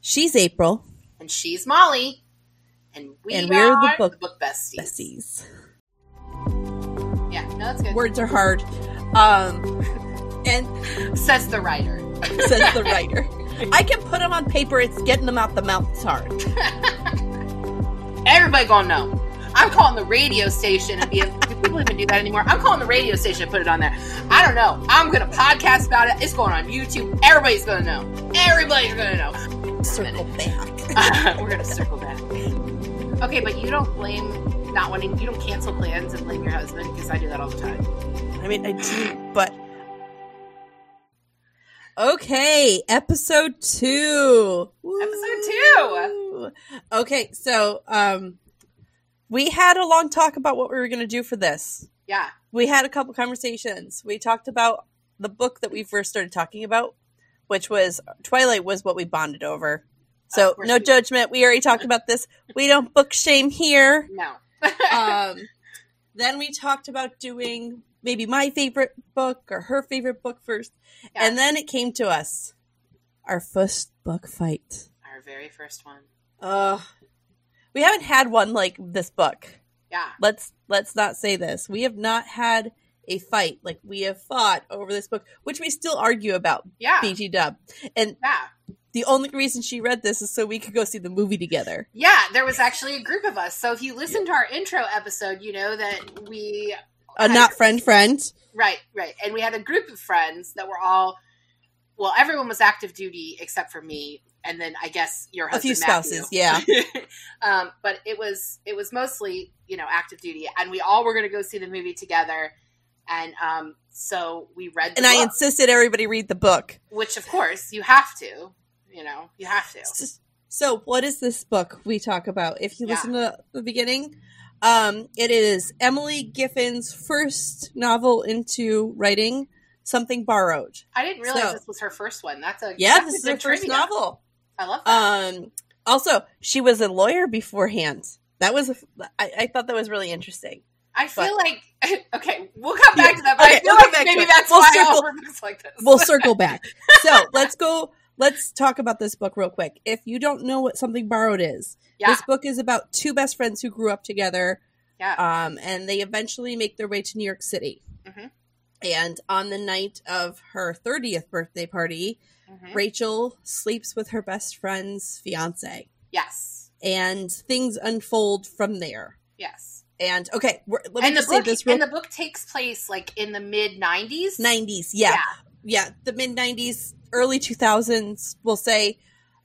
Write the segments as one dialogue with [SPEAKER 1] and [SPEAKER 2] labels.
[SPEAKER 1] She's April.
[SPEAKER 2] And she's Molly. And we
[SPEAKER 1] And
[SPEAKER 2] are
[SPEAKER 1] we're the book-
[SPEAKER 2] besties.
[SPEAKER 1] Besties.
[SPEAKER 2] Yeah, no, that's good.
[SPEAKER 1] Words are hard. Um, and
[SPEAKER 2] Says the writer.
[SPEAKER 1] says the writer. I can put them on paper. It's getting them out the mouth is hard.
[SPEAKER 2] Everybody gonna know. I'm calling the radio station and be if people even do that anymore. I'm calling the radio station and put it on there. I don't know. I'm gonna podcast about it. It's going on YouTube. Everybody's gonna know. Everybody's gonna know.
[SPEAKER 1] Circle back.
[SPEAKER 2] We're gonna circle back. Okay, but you don't blame not wanting. You don't cancel plans and blame your husband because I do that all the time.
[SPEAKER 1] I mean, I do, but. Okay, episode two.
[SPEAKER 2] Episode
[SPEAKER 1] two. Okay, so um, we had a long talk about what we were going to do for this.
[SPEAKER 2] Yeah,
[SPEAKER 1] We had a couple conversations. We talked about the book that we first started talking about, which was Twilight, was what we bonded over. So
[SPEAKER 2] Of course
[SPEAKER 1] no
[SPEAKER 2] we did.
[SPEAKER 1] judgment. We already talked about this. We don't book shame here
[SPEAKER 2] no.
[SPEAKER 1] um, then we talked about doing maybe my favorite book or her favorite book first.
[SPEAKER 2] Yeah.
[SPEAKER 1] And then it came to us our first book fight.
[SPEAKER 2] Our very first one.
[SPEAKER 1] Ugh. We haven't had one like this book.
[SPEAKER 2] Yeah,
[SPEAKER 1] Let's let's not say this. We have not had a fight like we have fought over this book, which we still argue about.
[SPEAKER 2] yeah,
[SPEAKER 1] BG Dub, and
[SPEAKER 2] yeah,
[SPEAKER 1] the only reason she read this is so we could go see the movie together.
[SPEAKER 2] yeah. There was actually a group of us. So if you listen to our intro episode, you know that we
[SPEAKER 1] A
[SPEAKER 2] Right.
[SPEAKER 1] not friend friend.
[SPEAKER 2] right, right, and we had a group of friends that were all. Well, everyone was active duty except for me, and then I guess your
[SPEAKER 1] A
[SPEAKER 2] husband,
[SPEAKER 1] few
[SPEAKER 2] Matthew.
[SPEAKER 1] spouses, yeah.
[SPEAKER 2] um, but it was it was mostly you know active duty, and we all were going to go see the movie together, and um, so we read the
[SPEAKER 1] And I
[SPEAKER 2] book,
[SPEAKER 1] insisted everybody read the book.
[SPEAKER 2] which of course you have to, you know, you have to.
[SPEAKER 1] S- So, what is this book we talk about? If you
[SPEAKER 2] Yeah.
[SPEAKER 1] listen to the beginning, um, it is Emily Giffen's first novel into writing, Something Borrowed.
[SPEAKER 2] I didn't realize
[SPEAKER 1] So-
[SPEAKER 2] this was her first one. That's a
[SPEAKER 1] Yeah,
[SPEAKER 2] that's
[SPEAKER 1] this is
[SPEAKER 2] a
[SPEAKER 1] her
[SPEAKER 2] good
[SPEAKER 1] first
[SPEAKER 2] trivia.
[SPEAKER 1] novel.
[SPEAKER 2] I love that.
[SPEAKER 1] Um, also, she was a lawyer beforehand. That was, a f- I I thought that was really interesting.
[SPEAKER 2] I feel like okay, we'll come
[SPEAKER 1] Yeah,
[SPEAKER 2] back to that. But
[SPEAKER 1] okay,
[SPEAKER 2] I feel
[SPEAKER 1] we'll come back
[SPEAKER 2] like
[SPEAKER 1] to
[SPEAKER 2] maybe
[SPEAKER 1] it.
[SPEAKER 2] that's
[SPEAKER 1] We'll
[SPEAKER 2] why
[SPEAKER 1] circle-
[SPEAKER 2] Oliver looks like this.
[SPEAKER 1] We'll circle back. so, let's go, let's talk about this book real quick. If you don't know what Something Borrowed is,
[SPEAKER 2] yeah,
[SPEAKER 1] this book is about two best friends who grew up together.
[SPEAKER 2] yeah,
[SPEAKER 1] um, and they eventually make their way to New York City.
[SPEAKER 2] Mhm.
[SPEAKER 1] And on the night of her 30th birthday party,
[SPEAKER 2] mhm.
[SPEAKER 1] Rachel sleeps with her best friend's fiance,
[SPEAKER 2] yes,
[SPEAKER 1] and things unfold from there.
[SPEAKER 2] yes.
[SPEAKER 1] And okay, we're, let me
[SPEAKER 2] and the
[SPEAKER 1] just
[SPEAKER 2] book
[SPEAKER 1] say this real
[SPEAKER 2] and the book takes place like in the mid nineties.
[SPEAKER 1] 90s, yeah, yeah, the mid 90s, early 2000s, we'll say.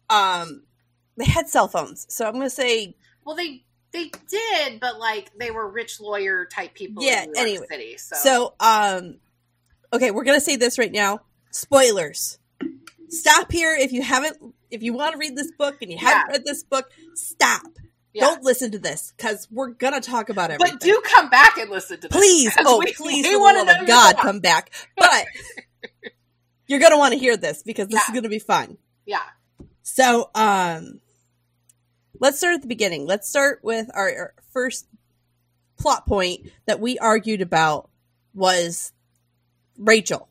[SPEAKER 1] Um, they had cell phones, so I'm gonna say
[SPEAKER 2] Well, they they did, but like they were rich lawyer type people.
[SPEAKER 1] Yeah,
[SPEAKER 2] in New York
[SPEAKER 1] anyway.
[SPEAKER 2] City. So,
[SPEAKER 1] So, um, okay, we're gonna say this right now. Spoilers. Stop here if you haven't. If you want to read this book and you haven't read this book, stop.
[SPEAKER 2] yeah.
[SPEAKER 1] Don't listen to this because we're gonna talk about everything.
[SPEAKER 2] but do come back and listen to this.
[SPEAKER 1] please,
[SPEAKER 2] because
[SPEAKER 1] oh
[SPEAKER 2] we-
[SPEAKER 1] please,
[SPEAKER 2] we
[SPEAKER 1] for the
[SPEAKER 2] wanna
[SPEAKER 1] love
[SPEAKER 2] know
[SPEAKER 1] of
[SPEAKER 2] your
[SPEAKER 1] God,
[SPEAKER 2] thoughts.
[SPEAKER 1] come back. But you're gonna want to hear this because this is
[SPEAKER 2] Yeah.
[SPEAKER 1] gonna be fun.
[SPEAKER 2] Yeah,
[SPEAKER 1] So, um, let's start at the beginning. Let's start with our, our first plot point that we argued about was Rachel,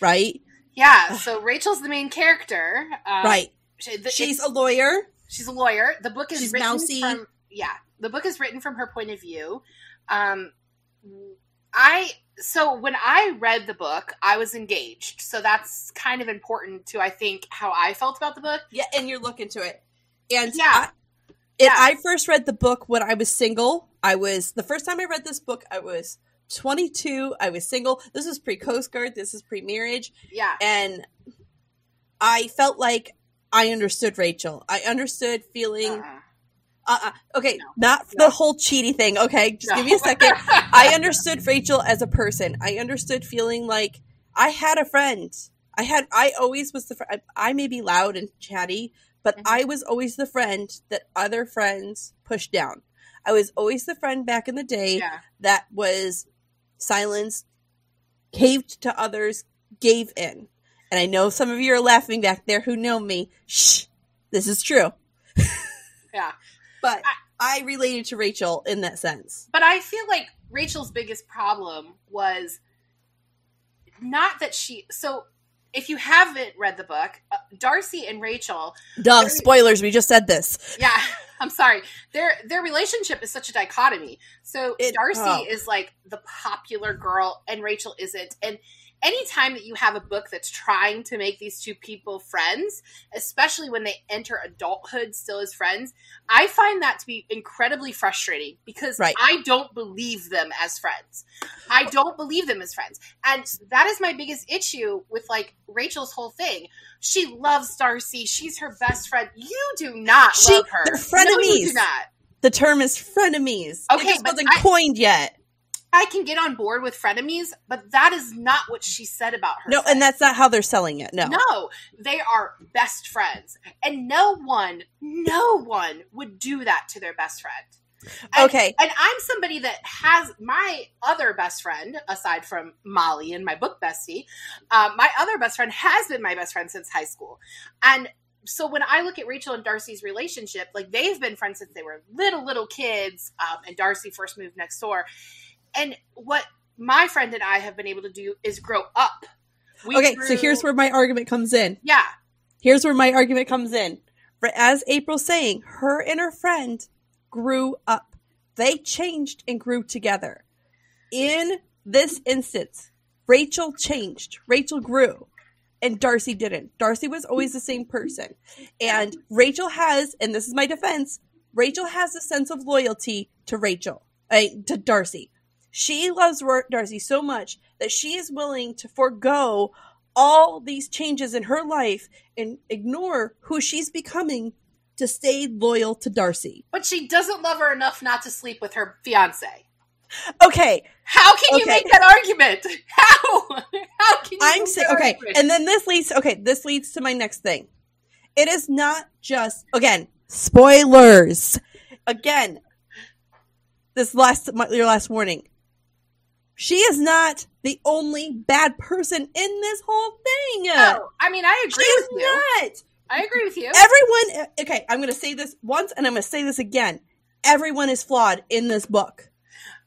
[SPEAKER 1] right?
[SPEAKER 2] yeah. So Rachel's the main character. Um,
[SPEAKER 1] right.
[SPEAKER 2] she- the-
[SPEAKER 1] She's
[SPEAKER 2] it's-
[SPEAKER 1] a lawyer.
[SPEAKER 2] she's a lawyer. The book is
[SPEAKER 1] She's
[SPEAKER 2] written
[SPEAKER 1] mousy.
[SPEAKER 2] from yeah. The book is written from her point of view. Um, I so when I read the book, I was engaged. So that's kind of important to I think how I felt about the book.
[SPEAKER 1] Yeah, and you're looking to it. And
[SPEAKER 2] Yeah.
[SPEAKER 1] I, and
[SPEAKER 2] Yeah.
[SPEAKER 1] I first read the book when I was single. I was the first time I read this book. I was 22. I was single. This is pre Coast Guard. This is pre marriage.
[SPEAKER 2] Yeah,
[SPEAKER 1] and I felt like I understood Rachel. I understood feeling. Uh,
[SPEAKER 2] Uh-uh.
[SPEAKER 1] uh okay,
[SPEAKER 2] No.
[SPEAKER 1] not
[SPEAKER 2] No.
[SPEAKER 1] the whole cheaty thing. Okay, just give me a
[SPEAKER 2] No.
[SPEAKER 1] second. I understood Rachel as a person. I understood feeling like I had a friend. I had. I always was the. Fr- I, I may be loud and chatty, but
[SPEAKER 2] Mhm.
[SPEAKER 1] I was always the friend that other friends pushed down. I was always the friend back in the day
[SPEAKER 2] yeah,
[SPEAKER 1] that was silenced, caved to others, gave in. And I know some of you are laughing back there who know me. Shh, this is true.
[SPEAKER 2] yeah.
[SPEAKER 1] But I related to Rachel in that sense.
[SPEAKER 2] But I feel like Rachel's biggest problem was not that she so if you haven't read the book, uh, Darcy and Rachel,
[SPEAKER 1] Duh, spoilers, we just said this.
[SPEAKER 2] yeah, I'm sorry, their their relationship is such a dichotomy. So
[SPEAKER 1] It-
[SPEAKER 2] Darcy
[SPEAKER 1] oh.
[SPEAKER 2] is like the popular girl, and Rachel isn't. And anytime that you have a book that's trying to make these two people friends, especially when they enter adulthood still as friends, I find that to be incredibly frustrating because
[SPEAKER 1] Right.
[SPEAKER 2] I don't believe them as friends. I don't believe them as friends. And that is my biggest issue with like Rachel's whole thing. She loves Darcy. She's her best friend. You do not
[SPEAKER 1] She-
[SPEAKER 2] love her.
[SPEAKER 1] they're
[SPEAKER 2] No, you do
[SPEAKER 1] frenemies.
[SPEAKER 2] not.
[SPEAKER 1] The term is frenemies.
[SPEAKER 2] Okay,
[SPEAKER 1] it just
[SPEAKER 2] but
[SPEAKER 1] wasn't
[SPEAKER 2] I-
[SPEAKER 1] coined yet.
[SPEAKER 2] I can get on board with frenemies, but that is not what she said about her.
[SPEAKER 1] No, and that's not how they're selling it. No.
[SPEAKER 2] No. they are best friends. And no one, no one would do that to their best friend. And-
[SPEAKER 1] Okay.
[SPEAKER 2] And I'm somebody that has my other best friend, aside from Molly and my book bestie, um, my other best friend has been my best friend since high school. And so when I look at Rachel and Darcy's relationship, like they've been friends since they were little, little kids, um, and Darcy first moved next door. And what my friend and I have been able to do is grow up. We
[SPEAKER 1] okay, so
[SPEAKER 2] grew-
[SPEAKER 1] here's where my argument comes in.
[SPEAKER 2] Yeah.
[SPEAKER 1] Here's where my argument comes in. For As April's saying, her and her friend grew up. They changed and grew together. In this instance, Rachel changed. Rachel grew. And Darcy didn't. Darcy was always the same person. And Rachel has, and this is my defense, Rachel has a sense of loyalty to Rachel, uh, to Darcy. She loves Ro- Darcy so much that she is willing to forego all these changes in her life and ignore who she's becoming to stay loyal to Darcy.
[SPEAKER 2] But she doesn't love her enough not to sleep with her fiance.
[SPEAKER 1] Okay,
[SPEAKER 2] How can you
[SPEAKER 1] Okay.
[SPEAKER 2] make that argument? How? How can you
[SPEAKER 1] I'm
[SPEAKER 2] make
[SPEAKER 1] saying
[SPEAKER 2] that
[SPEAKER 1] okay,
[SPEAKER 2] argument?
[SPEAKER 1] and then this leads okay, this leads to my next thing. It is not just again spoilers. Again, this last my, your last warning. She is not the only bad person in this whole thing.
[SPEAKER 2] No, I mean, I agree
[SPEAKER 1] She's
[SPEAKER 2] with you.
[SPEAKER 1] not.
[SPEAKER 2] I agree with you.
[SPEAKER 1] everyone okay i'm gonna say this once and i'm gonna say this again everyone is flawed in this book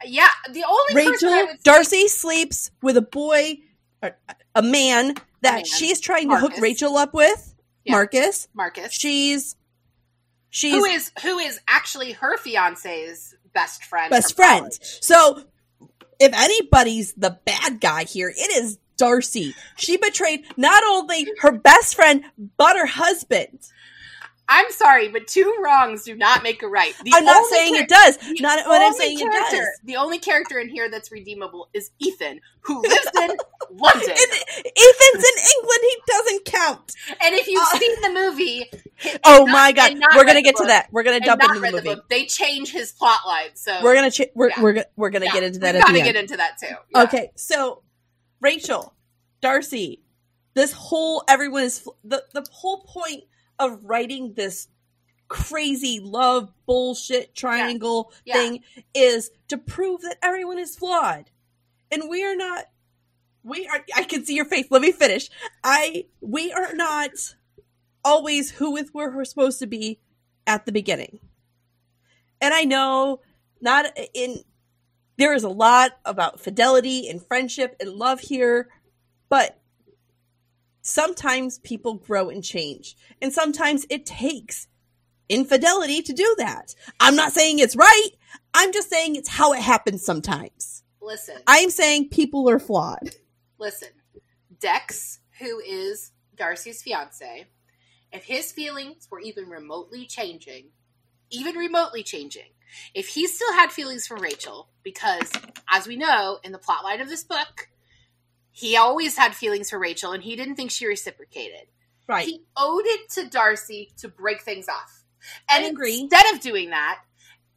[SPEAKER 2] yeah, the only person I
[SPEAKER 1] rachel
[SPEAKER 2] would
[SPEAKER 1] darcy sleeps with a boy or a man that
[SPEAKER 2] Man.
[SPEAKER 1] she's trying to
[SPEAKER 2] Marcus.
[SPEAKER 1] hook rachel up with
[SPEAKER 2] Yeah.
[SPEAKER 1] marcus
[SPEAKER 2] Marcus,
[SPEAKER 1] she's she's
[SPEAKER 2] who is who is actually her fiance's best friend.
[SPEAKER 1] best
[SPEAKER 2] from
[SPEAKER 1] friend
[SPEAKER 2] college.
[SPEAKER 1] so if anybody's the bad guy here it is darcy she betrayed not only her best friend but her husband
[SPEAKER 2] I'm sorry, but two wrongs do not make a right. The
[SPEAKER 1] i'm not
[SPEAKER 2] only
[SPEAKER 1] saying
[SPEAKER 2] char-
[SPEAKER 1] it does
[SPEAKER 2] the
[SPEAKER 1] not what i'm
[SPEAKER 2] only
[SPEAKER 1] saying it does
[SPEAKER 2] character- The only character in here that's redeemable is Ethan, who lives in
[SPEAKER 1] And
[SPEAKER 2] London.
[SPEAKER 1] Ethan's in England. He doesn't count.
[SPEAKER 2] And if you've
[SPEAKER 1] Uh,
[SPEAKER 2] seen the movie,
[SPEAKER 1] Oh
[SPEAKER 2] Not-
[SPEAKER 1] my god,
[SPEAKER 2] and not
[SPEAKER 1] we're
[SPEAKER 2] read
[SPEAKER 1] gonna
[SPEAKER 2] the
[SPEAKER 1] get to
[SPEAKER 2] book.
[SPEAKER 1] that. We're gonna
[SPEAKER 2] and
[SPEAKER 1] jump
[SPEAKER 2] not
[SPEAKER 1] into the
[SPEAKER 2] read the
[SPEAKER 1] movie.
[SPEAKER 2] book, they change his plot line. So
[SPEAKER 1] We're gonna ch- we're,
[SPEAKER 2] Yeah.
[SPEAKER 1] we're gonna we're gonna
[SPEAKER 2] yeah,
[SPEAKER 1] get into
[SPEAKER 2] we
[SPEAKER 1] that at
[SPEAKER 2] gotta
[SPEAKER 1] the
[SPEAKER 2] get
[SPEAKER 1] end.
[SPEAKER 2] into that too. Yeah.
[SPEAKER 1] Okay, so Rachel, Darcy, this whole everyone is fl- the the whole point of writing this crazy love bullshit triangle
[SPEAKER 2] Yeah.
[SPEAKER 1] thing is to prove that everyone is flawed, and we are not. We are. I can see your face. Let me finish. I we are not always who with where we're supposed to be at the beginning. And I know not in there is a lot about fidelity and friendship and love here, but sometimes people grow and change. And sometimes it takes infidelity to do that. I'm not saying it's right. I'm just saying it's how it happens sometimes.
[SPEAKER 2] Listen,
[SPEAKER 1] I'm saying people are flawed.
[SPEAKER 2] listen. Dex, who is Darcy's fiance, if his feelings were even remotely changing, even remotely changing, if he still had feelings for Rachel, because as we know in the plotline of this book, he always had feelings for Rachel and he didn't think she reciprocated.
[SPEAKER 1] Right.
[SPEAKER 2] He owed it to Darcy to break things off. And
[SPEAKER 1] I agree.
[SPEAKER 2] instead of doing that,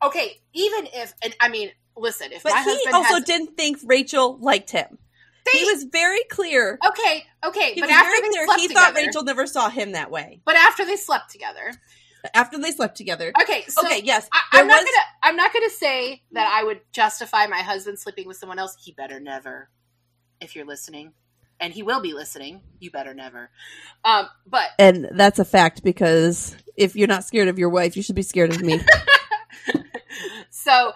[SPEAKER 2] okay, even if, and I mean, listen, if
[SPEAKER 1] but
[SPEAKER 2] my
[SPEAKER 1] he
[SPEAKER 2] husband
[SPEAKER 1] also
[SPEAKER 2] has,
[SPEAKER 1] didn't think Rachel liked him.
[SPEAKER 2] They-
[SPEAKER 1] he was very clear.
[SPEAKER 2] okay, okay,
[SPEAKER 1] He
[SPEAKER 2] but
[SPEAKER 1] was
[SPEAKER 2] after
[SPEAKER 1] very
[SPEAKER 2] they
[SPEAKER 1] clear.
[SPEAKER 2] slept
[SPEAKER 1] He
[SPEAKER 2] together,
[SPEAKER 1] thought Rachel never saw him that way
[SPEAKER 2] but after they slept together,
[SPEAKER 1] after they slept together.
[SPEAKER 2] okay, so
[SPEAKER 1] okay, yes,
[SPEAKER 2] I,
[SPEAKER 1] there
[SPEAKER 2] I'm not
[SPEAKER 1] was-
[SPEAKER 2] gonna, I'm not gonna say that I would justify my husband sleeping with someone else. He better never, if you're listening, and he will be listening. You better never, um, but
[SPEAKER 1] and that's a fact because if you're not scared of your wife, you should be scared of me.
[SPEAKER 2] so,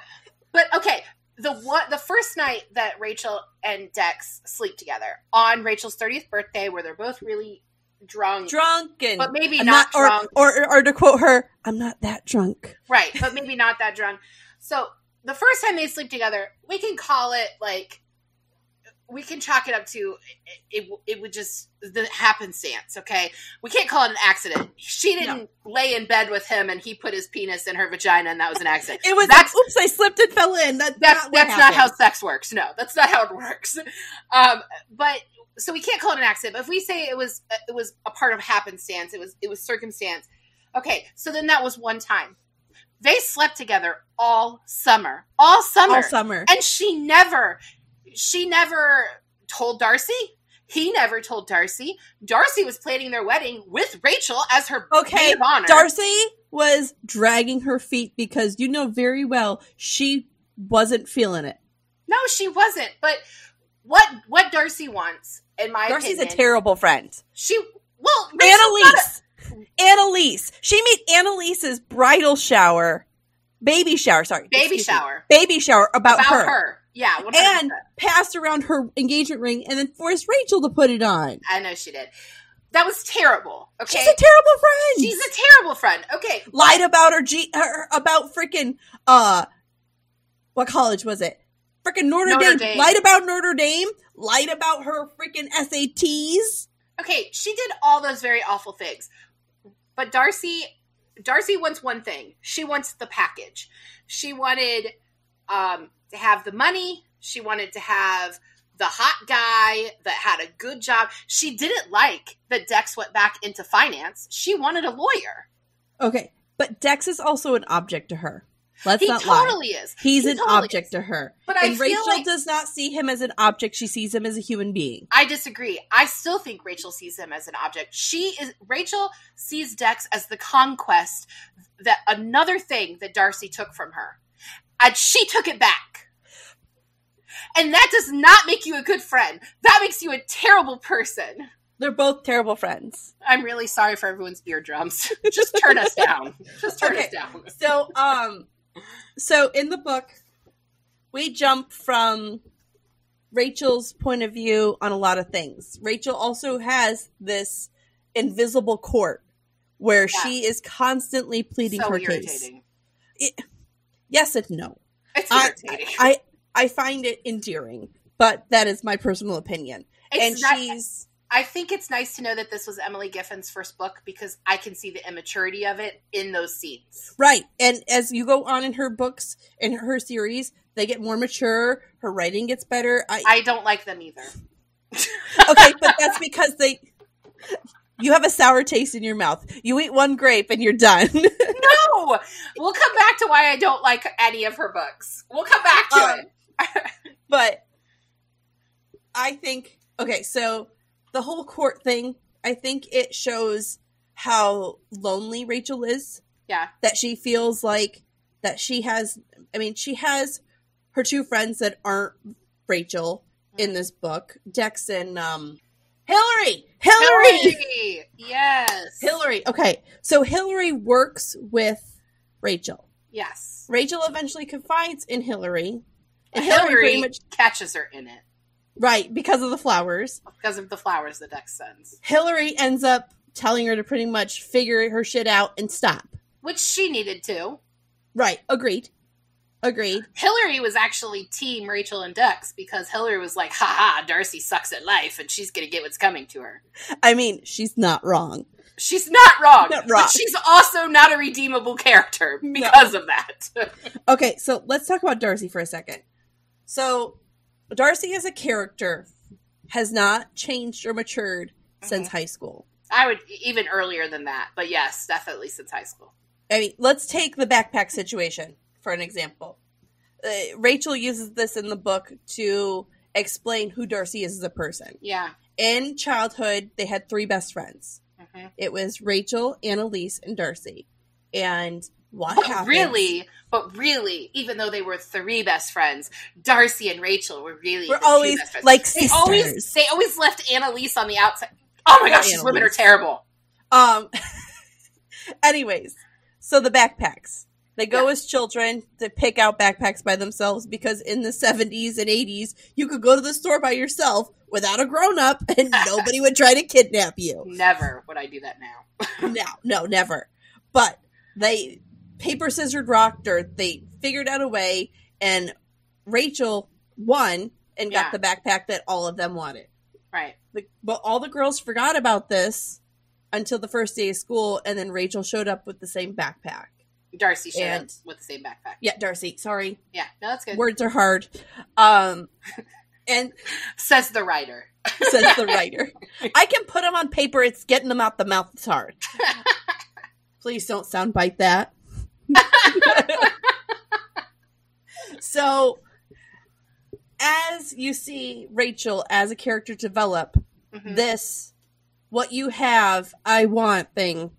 [SPEAKER 2] but okay, the one the first night that Rachel and Dex sleep together on Rachel's 30th birthday where they're both really drunk.
[SPEAKER 1] drunk and
[SPEAKER 2] But maybe
[SPEAKER 1] I'm
[SPEAKER 2] not,
[SPEAKER 1] or,
[SPEAKER 2] drunk.
[SPEAKER 1] Or, or to quote her, I'm not that drunk.
[SPEAKER 2] Right, but maybe not that drunk. So the first time they sleep together, we can call it like we can chalk it up to it. It, it would just the happenstance. Okay, we can't call it an accident. She didn't lay in bed with him, and he put his penis in her vagina, and that was an accident.
[SPEAKER 1] It was
[SPEAKER 2] That's-
[SPEAKER 1] like, oops, I slipped and fell in. That's
[SPEAKER 2] that's
[SPEAKER 1] not what
[SPEAKER 2] that's not how
[SPEAKER 1] happened.
[SPEAKER 2] sex works. No, that's not how it works. Um, but so we can't call it an accident. But if we say it was it was a part of happenstance, it was it was circumstance. Okay, so then that was one time. They slept together all summer, all summer,
[SPEAKER 1] all summer.
[SPEAKER 2] and she never, she never told Darcy. He never told Darcy. Darcy was planning their wedding with Rachel as her
[SPEAKER 1] Okay,
[SPEAKER 2] maid of honor.
[SPEAKER 1] Darcy was dragging her feet because you know very well she wasn't feeling it.
[SPEAKER 2] no, she wasn't. But what what Darcy wants, in my
[SPEAKER 1] Darcy's
[SPEAKER 2] opinion,
[SPEAKER 1] a terrible friend.
[SPEAKER 2] She well, Rachel's not
[SPEAKER 1] Annalise. Annalise. She made Annalise's bridal shower, baby shower, sorry.
[SPEAKER 2] a baby
[SPEAKER 1] excuse me.
[SPEAKER 2] shower
[SPEAKER 1] Baby shower about,
[SPEAKER 2] about her.
[SPEAKER 1] Oh, her.
[SPEAKER 2] Yeah, 100%.
[SPEAKER 1] And passed around her engagement ring and then forced Rachel to put it on.
[SPEAKER 2] I know she did. That was terrible. Okay,
[SPEAKER 1] She's a terrible friend.
[SPEAKER 2] she's a terrible friend. Okay,
[SPEAKER 1] lied about her, G- her about freaking uh what college was it? Freaking Notre,
[SPEAKER 2] Notre
[SPEAKER 1] Dame.
[SPEAKER 2] Dame.
[SPEAKER 1] Lied about Notre Dame. Lied about her freaking SATs.
[SPEAKER 2] okay, she did all those very awful things, but Darcy, Darcy wants one thing. She wants the package. She wanted um, to have the money. She wanted to have the hot guy that had a good job. She didn't like that Dex went back into finance. She wanted a lawyer.
[SPEAKER 1] Okay, but Dex is also an object to her. Let's
[SPEAKER 2] he
[SPEAKER 1] not lie.
[SPEAKER 2] totally is.
[SPEAKER 1] He's
[SPEAKER 2] he
[SPEAKER 1] an
[SPEAKER 2] totally
[SPEAKER 1] object to her.
[SPEAKER 2] But I
[SPEAKER 1] And
[SPEAKER 2] feel
[SPEAKER 1] Rachel
[SPEAKER 2] like
[SPEAKER 1] does not see him as an object. She sees him as a human being.
[SPEAKER 2] I disagree. I still think Rachel sees him as an object. She is Rachel sees Dex as the conquest that another thing that Darcy took from her. And she took it back. And that does not make you a good friend. That makes you a terrible person.
[SPEAKER 1] They're both terrible friends.
[SPEAKER 2] I'm really sorry for everyone's eardrums. Just turn us down. Just turn us
[SPEAKER 1] Okay.
[SPEAKER 2] down.
[SPEAKER 1] So, um, so in the book, we jump from Rachel's point of view on a lot of things. Rachel also has this invisible court where
[SPEAKER 2] Yeah.
[SPEAKER 1] she is constantly pleading
[SPEAKER 2] so
[SPEAKER 1] her
[SPEAKER 2] irritating.
[SPEAKER 1] case. Yes and no.
[SPEAKER 2] It's
[SPEAKER 1] I-
[SPEAKER 2] irritating.
[SPEAKER 1] I I find it endearing, but that is my personal opinion. and
[SPEAKER 2] it's not,
[SPEAKER 1] she's
[SPEAKER 2] I think it's nice to know that this was Emily Giffen's first book because I can see the immaturity of it in those scenes.
[SPEAKER 1] right. And as you go on in her books in her series, they get more mature. Her writing gets better. I,
[SPEAKER 2] I don't like them either.
[SPEAKER 1] okay, but that's because they. You have a sour taste in your mouth. You eat one grape and you're done.
[SPEAKER 2] No, we'll come back to why I don't like any of her books. We'll come back to
[SPEAKER 1] Um,
[SPEAKER 2] it.
[SPEAKER 1] but I think okay, so the whole court thing, I think it shows how lonely Rachel is.
[SPEAKER 2] Yeah.
[SPEAKER 1] That she feels like that she has I mean, she has her two friends that aren't Rachel in this book, Dex and um Hillary. Hillary. Hillary.
[SPEAKER 2] Hillary, yes,
[SPEAKER 1] Hillary. Okay. So Hillary works with Rachel.
[SPEAKER 2] yes.
[SPEAKER 1] Rachel eventually confides in Hillary. And Hillary,
[SPEAKER 2] Hillary
[SPEAKER 1] pretty much
[SPEAKER 2] catches her in it
[SPEAKER 1] right because of the flowers.
[SPEAKER 2] because of the flowers the Dex sends,
[SPEAKER 1] Hillary ends up telling her to pretty much figure her shit out and stop.
[SPEAKER 2] which she needed to.
[SPEAKER 1] Right. Agreed. Agreed.
[SPEAKER 2] Hillary was actually team Rachel and Dex because Hillary was like, "Ha ha, Darcy sucks at life, and she's gonna get what's coming to her."
[SPEAKER 1] I mean, she's not wrong.
[SPEAKER 2] She's not wrong,
[SPEAKER 1] Not wrong.
[SPEAKER 2] but she's also not a redeemable character because of that.
[SPEAKER 1] Okay, so let's talk about Darcy for a second. So, Darcy as a character has not changed or matured since high school.
[SPEAKER 2] I would even earlier than that, but yes, definitely since high school.
[SPEAKER 1] I mean, let's take the backpack situation for an example. Uh, Rachel uses this in the book to explain who Darcy is as a person.
[SPEAKER 2] Yeah.
[SPEAKER 1] In childhood, they had three best friends.
[SPEAKER 2] Mm-hmm.
[SPEAKER 1] It was Rachel, Annalise, and Darcy. And what
[SPEAKER 2] But
[SPEAKER 1] happened?
[SPEAKER 2] Oh, really, but really, even though they were three best friends, Darcy and Rachel were really
[SPEAKER 1] We're
[SPEAKER 2] the two
[SPEAKER 1] always
[SPEAKER 2] best friends.
[SPEAKER 1] like
[SPEAKER 2] they
[SPEAKER 1] sisters.
[SPEAKER 2] always they always left Annalise on the outside. Oh my gosh, these women are
[SPEAKER 1] Annalise.
[SPEAKER 2] terrible.
[SPEAKER 1] Um. anyways, so the backpacks. They go as children to pick out backpacks by themselves because in the 70s and 80s, you could go to the store by yourself without a grown up and nobody would try to kidnap you.
[SPEAKER 2] Never would I do that now.
[SPEAKER 1] No, no, never. But they paper, scissored, rock, dirt, they figured out a way, and Rachel won and got
[SPEAKER 2] Yeah.
[SPEAKER 1] the backpack that all of them wanted.
[SPEAKER 2] Right.
[SPEAKER 1] The, but all the girls forgot about this until the first day of school, and then Rachel showed up with the same backpack.
[SPEAKER 2] Darcy showed up
[SPEAKER 1] And-
[SPEAKER 2] with the same backpack.
[SPEAKER 1] Yeah, Darcy, sorry.
[SPEAKER 2] Yeah, no, that's good.
[SPEAKER 1] Words are hard. Um, and
[SPEAKER 2] Says the writer.
[SPEAKER 1] says the writer, I can put them on paper. It's getting them out the mouth that's hard. Please don't soundbite that. so, as you see Rachel as a character develop,
[SPEAKER 2] Mhm.
[SPEAKER 1] this what you have i want thing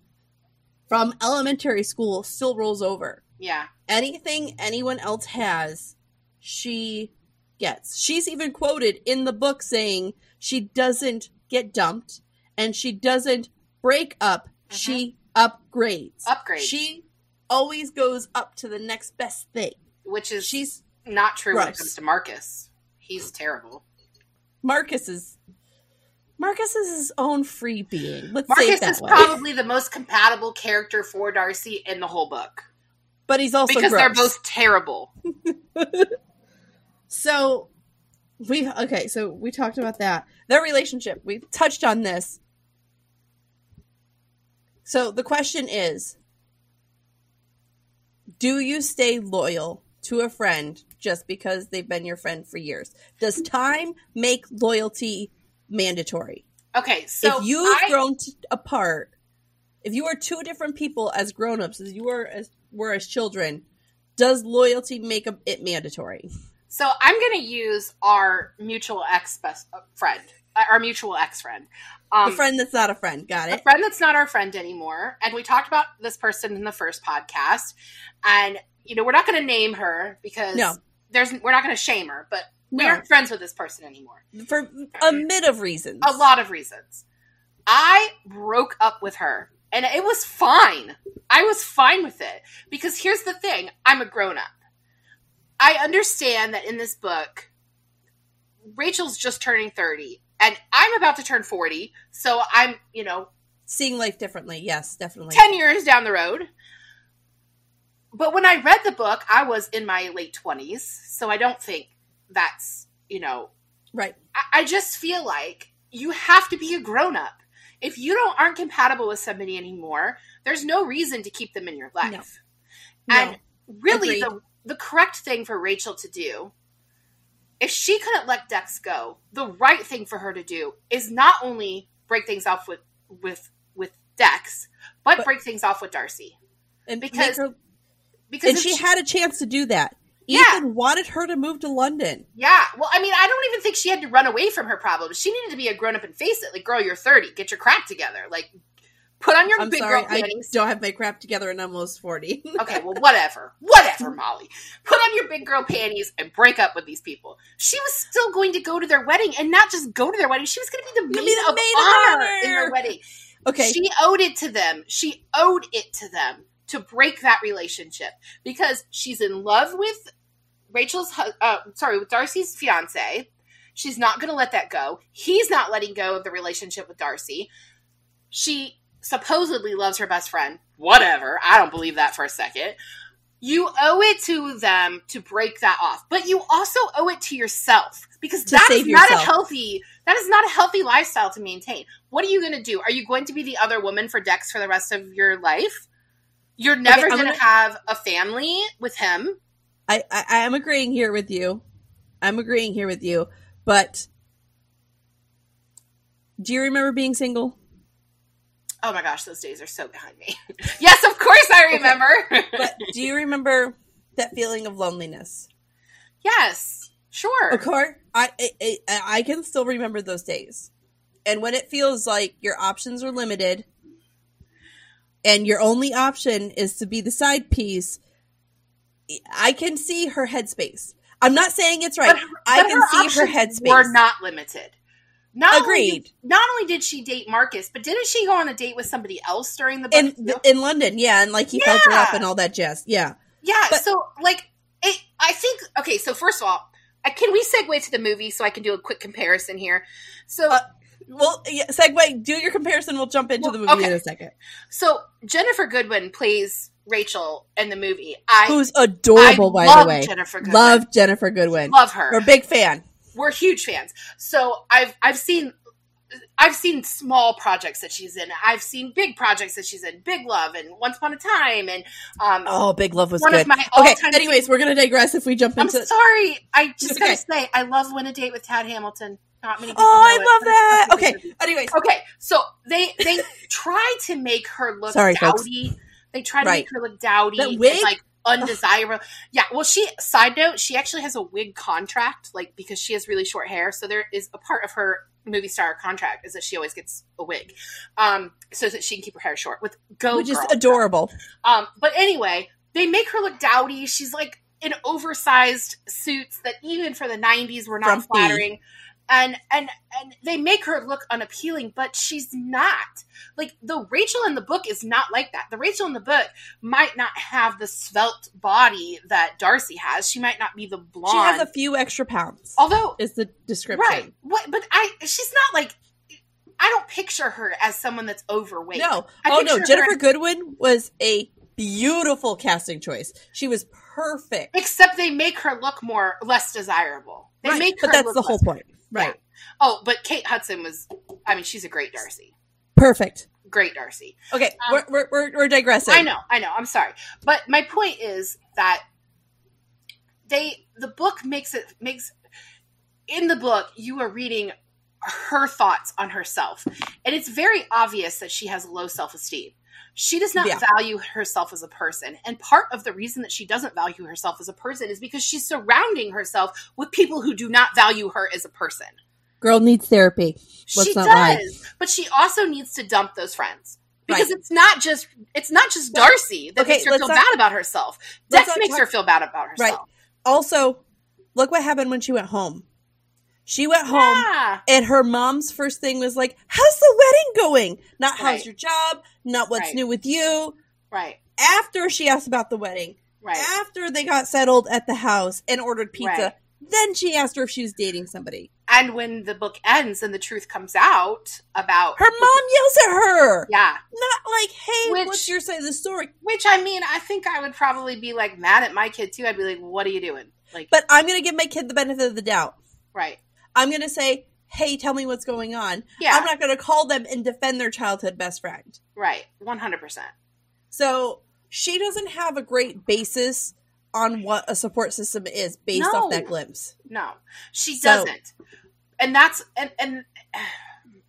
[SPEAKER 1] from elementary school still rolls over
[SPEAKER 2] yeah,
[SPEAKER 1] anything anyone else has she gets she's even quoted in the book saying she doesn't get dumped and she doesn't break up
[SPEAKER 2] Mhm.
[SPEAKER 1] she upgrades
[SPEAKER 2] upgrade,
[SPEAKER 1] she always goes up to the next best thing
[SPEAKER 2] which is
[SPEAKER 1] she's
[SPEAKER 2] not true when it
[SPEAKER 1] gross.
[SPEAKER 2] comes to Marcus. He's terrible.
[SPEAKER 1] marcus is marcus is his own free being let's say it
[SPEAKER 2] Marcus
[SPEAKER 1] that
[SPEAKER 2] is
[SPEAKER 1] way
[SPEAKER 2] probably the most compatible character for Darcy in the whole book
[SPEAKER 1] but he's also
[SPEAKER 2] because they're
[SPEAKER 1] gross.
[SPEAKER 2] both terrible.
[SPEAKER 1] So we okay, so we talked about that. Their relationship, we touched on this. So the question is do you stay loyal to a friend just because they've been your friend for years? Does time make loyalty mandatory?
[SPEAKER 2] Okay, so
[SPEAKER 1] if you've
[SPEAKER 2] I-
[SPEAKER 1] grown t- apart, if you are two different people as grown-ups as you were as were as children, does loyalty make a- it mandatory?
[SPEAKER 2] So I'm going to use our mutual ex best, uh, friend, uh, our mutual ex friend, um,
[SPEAKER 1] a friend that's not a friend. Got
[SPEAKER 2] a
[SPEAKER 1] it.
[SPEAKER 2] friend that's not our friend anymore. And we talked about this person in the first podcast, and you know we're not going to name her because
[SPEAKER 1] No.
[SPEAKER 2] there's we're not going to shame her, but we
[SPEAKER 1] No.
[SPEAKER 2] aren't friends with this person anymore.
[SPEAKER 1] for a mid of reasons.
[SPEAKER 2] A lot of reasons. I broke up with her, and it was fine. I was fine with it because here's the thing: I'm a grown up. I understand that in this book, Rachel's just turning thirty, and I'm about to turn forty, so I'm you know
[SPEAKER 1] Seeing life differently. Yes, definitely.
[SPEAKER 2] 10 years down the road. But when I read the book, I was in my late 20s. So I don't think that's, you know,
[SPEAKER 1] Right.
[SPEAKER 2] I, I just feel like you have to be a grown up. If you don't aren't compatible with somebody anymore, there's no reason to keep them in your life.
[SPEAKER 1] No.
[SPEAKER 2] And really,
[SPEAKER 1] Agreed.
[SPEAKER 2] the, the correct thing for Rachel to do, if she couldn't let Dex go, the right thing for her to do is not only break things off with with with Dex, but,
[SPEAKER 1] But-
[SPEAKER 2] break things off with Darcy
[SPEAKER 1] and
[SPEAKER 2] because-
[SPEAKER 1] make her-
[SPEAKER 2] because
[SPEAKER 1] and
[SPEAKER 2] if
[SPEAKER 1] she, had a chance to do that.
[SPEAKER 2] Yeah.
[SPEAKER 1] Ethan wanted her to move to London.
[SPEAKER 2] yeah. Well, I mean, I don't even think she had to run away from her problems. She needed to be a grown up and face it. Like, girl, you're thirty. Get your crap together. Like, put on your
[SPEAKER 1] I'm
[SPEAKER 2] big
[SPEAKER 1] sorry,
[SPEAKER 2] girl
[SPEAKER 1] I
[SPEAKER 2] panties.
[SPEAKER 1] don't have my crap together, and I'm almost forty.
[SPEAKER 2] okay, well, whatever. Whatever, Molly. Put on your big girl panties and break up with these people. She was still going to go to their wedding and not just go to their wedding. She was going to be the
[SPEAKER 1] Gonna
[SPEAKER 2] maid,
[SPEAKER 1] be the
[SPEAKER 2] of,
[SPEAKER 1] maid of
[SPEAKER 2] honor
[SPEAKER 1] honor.
[SPEAKER 2] in their wedding.
[SPEAKER 1] okay,
[SPEAKER 2] She owed it to them. She owed it to them to break that relationship because she's in love with Rachel's, hu- uh, sorry, with Darcy's fiance. She's not going to let that go. He's not letting go of the relationship with Darcy. She supposedly loves her best friend. Whatever. I don't believe that for a second. You owe it to them to break that off, but you also owe it to yourself because
[SPEAKER 1] To
[SPEAKER 2] that is
[SPEAKER 1] save
[SPEAKER 2] not a
[SPEAKER 1] yourself.
[SPEAKER 2] healthy that is not a healthy lifestyle to maintain. What are you going to do? Are you going to be the other woman for Dex for the rest of your life? You're never
[SPEAKER 1] I'm
[SPEAKER 2] going to
[SPEAKER 1] gonna-
[SPEAKER 2] have a family with him.
[SPEAKER 1] I, I I am agreeing here with you. I'm agreeing here with you, but do you remember being single?
[SPEAKER 2] Oh my gosh, those days are so behind me. yes, of course I remember.
[SPEAKER 1] But do you remember that feeling of loneliness?
[SPEAKER 2] yes, sure.
[SPEAKER 1] Of course, I, I- I I can still remember those days, and when it feels like your options are limited, and your only option is to be the side piece, I can see her headspace. I'm not saying it's right.
[SPEAKER 2] But her-
[SPEAKER 1] I
[SPEAKER 2] but
[SPEAKER 1] can see her
[SPEAKER 2] options
[SPEAKER 1] headspace.
[SPEAKER 2] Were not limited. Not Only,
[SPEAKER 1] Agreed.
[SPEAKER 2] not only did she date Marcus, but didn't she go on a date with somebody else during the book?
[SPEAKER 1] in
[SPEAKER 2] too?
[SPEAKER 1] in London, yeah, and like he felt her up
[SPEAKER 2] Yeah.
[SPEAKER 1] and all that jazz. Yeah,
[SPEAKER 2] Yeah,
[SPEAKER 1] But-
[SPEAKER 2] so like it, I think okay, so first of all, I, can we segue to the movie so I can do a quick comparison here? So
[SPEAKER 1] Uh, Well, yeah, segue. Do your comparison. We'll jump into
[SPEAKER 2] Well,
[SPEAKER 1] the movie in
[SPEAKER 2] okay.
[SPEAKER 1] a second.
[SPEAKER 2] so Jennifer Goodwin plays Rachel in the movie. I
[SPEAKER 1] Who's adorable,
[SPEAKER 2] I
[SPEAKER 1] by
[SPEAKER 2] love
[SPEAKER 1] the way.
[SPEAKER 2] Jennifer Goodwin.
[SPEAKER 1] Love Jennifer Goodwin.
[SPEAKER 2] love her.
[SPEAKER 1] We're a big fan.
[SPEAKER 2] we're huge fans. So I've I've seen I've seen small projects that she's in. I've seen big projects that she's in. Big Love and Once Upon a Time and um
[SPEAKER 1] Oh, Big Love was
[SPEAKER 2] one
[SPEAKER 1] good.
[SPEAKER 2] of my all
[SPEAKER 1] okay.
[SPEAKER 2] time.
[SPEAKER 1] Anyways, we're gonna digress if we jump
[SPEAKER 2] I'm
[SPEAKER 1] into.
[SPEAKER 2] sorry. I just
[SPEAKER 1] It's
[SPEAKER 2] gotta
[SPEAKER 1] okay.
[SPEAKER 2] say I love Win a Date with Tad Hamilton. Not many. People
[SPEAKER 1] oh, I
[SPEAKER 2] know it,
[SPEAKER 1] love
[SPEAKER 2] but
[SPEAKER 1] that.
[SPEAKER 2] it's such a good
[SPEAKER 1] Okay.
[SPEAKER 2] movie.
[SPEAKER 1] Anyways,
[SPEAKER 2] Okay. So they they try to make her look
[SPEAKER 1] Sorry, folks.
[SPEAKER 2] dowdy. They try to
[SPEAKER 1] Right.
[SPEAKER 2] make her look dowdy.
[SPEAKER 1] That
[SPEAKER 2] and,
[SPEAKER 1] wig?
[SPEAKER 2] like undesirable. yeah. Well, she side note she actually has a wig contract, like because she has really short hair. So there is a part of her movie star contract is that she always gets a wig, um, so that she can keep her hair short. With go,
[SPEAKER 1] which is
[SPEAKER 2] girl.
[SPEAKER 1] adorable.
[SPEAKER 2] Um, but anyway, they make her look dowdy. She's like in oversized suits that even for the '90s were not
[SPEAKER 1] Frumpy.
[SPEAKER 2] flattering, and and and they make her look unappealing. But she's not like the Rachel in the book is not like that. The Rachel in the book might not have the svelte body that Darcy has. She might not be the blonde.
[SPEAKER 1] She has a few extra pounds.
[SPEAKER 2] Although
[SPEAKER 1] Is the description
[SPEAKER 2] Oh. right, what? But I she's not like. I don't picture her as someone that's overweight.
[SPEAKER 1] No.
[SPEAKER 2] I
[SPEAKER 1] oh no,
[SPEAKER 2] picture her
[SPEAKER 1] Jennifer
[SPEAKER 2] as-
[SPEAKER 1] Goodwin was a beautiful casting choice. She was perfect.
[SPEAKER 2] Except they make her look more less desirable. They
[SPEAKER 1] Right,
[SPEAKER 2] make
[SPEAKER 1] but
[SPEAKER 2] her
[SPEAKER 1] that's
[SPEAKER 2] look
[SPEAKER 1] the whole
[SPEAKER 2] less-
[SPEAKER 1] point. Right.
[SPEAKER 2] Oh, but Kate Hudson was. I mean, she's a great Darcy.
[SPEAKER 1] Perfect.
[SPEAKER 2] Great Darcy.
[SPEAKER 1] Okay, we're, we're, we're, we're digressing.
[SPEAKER 2] Um, I know. I know. I'm sorry, but my point is that they the book makes it makes in the book you are reading her thoughts on herself, and it's very obvious that she has low self esteem. She does not
[SPEAKER 1] Yeah.
[SPEAKER 2] value herself as a person. And part of the reason that she doesn't value herself as a person is because she's surrounding herself with people who do not value her as a person.
[SPEAKER 1] Girl needs therapy. Let's
[SPEAKER 2] she
[SPEAKER 1] not
[SPEAKER 2] does,
[SPEAKER 1] lie.
[SPEAKER 2] but she also needs to dump those friends because
[SPEAKER 1] Right.
[SPEAKER 2] it's not just it's not just
[SPEAKER 1] Well,
[SPEAKER 2] Darcy that
[SPEAKER 1] okay,
[SPEAKER 2] makes her
[SPEAKER 1] let's
[SPEAKER 2] feel
[SPEAKER 1] not-
[SPEAKER 2] bad about herself.
[SPEAKER 1] let's
[SPEAKER 2] Death
[SPEAKER 1] not
[SPEAKER 2] makes
[SPEAKER 1] talk-
[SPEAKER 2] her feel bad about herself.
[SPEAKER 1] Also, look what happened when she went home. She went home
[SPEAKER 2] Yeah,
[SPEAKER 1] and her mom's first thing was like, "How's the wedding going? Not how's
[SPEAKER 2] Right.
[SPEAKER 1] your job, not what's
[SPEAKER 2] Right.
[SPEAKER 1] new with you."
[SPEAKER 2] right,
[SPEAKER 1] After she asked about the wedding,
[SPEAKER 2] right,
[SPEAKER 1] after they got settled at the house and ordered pizza,
[SPEAKER 2] Right.
[SPEAKER 1] then she asked her if she was dating somebody.
[SPEAKER 2] and when the book ends and the truth comes out about
[SPEAKER 1] Her mom yells at her,
[SPEAKER 2] yeah,
[SPEAKER 1] not like, "Hey,
[SPEAKER 2] Which-
[SPEAKER 1] what's your side of the story?"
[SPEAKER 2] which I mean, I think I would probably be like mad at my kid too. I'd be like, "What are you doing?" Like,
[SPEAKER 1] But I'm gonna give my kid the benefit of the doubt.
[SPEAKER 2] right,
[SPEAKER 1] I'm gonna say, "Hey, tell me what's going on."
[SPEAKER 2] yeah,
[SPEAKER 1] I'm not going to call them and defend their childhood best friend.
[SPEAKER 2] right, one hundred percent.
[SPEAKER 1] So she doesn't have a great basis on what a support system is based
[SPEAKER 2] No.
[SPEAKER 1] off that glimpse.
[SPEAKER 2] No, she
[SPEAKER 1] So-
[SPEAKER 2] doesn't. And that's and and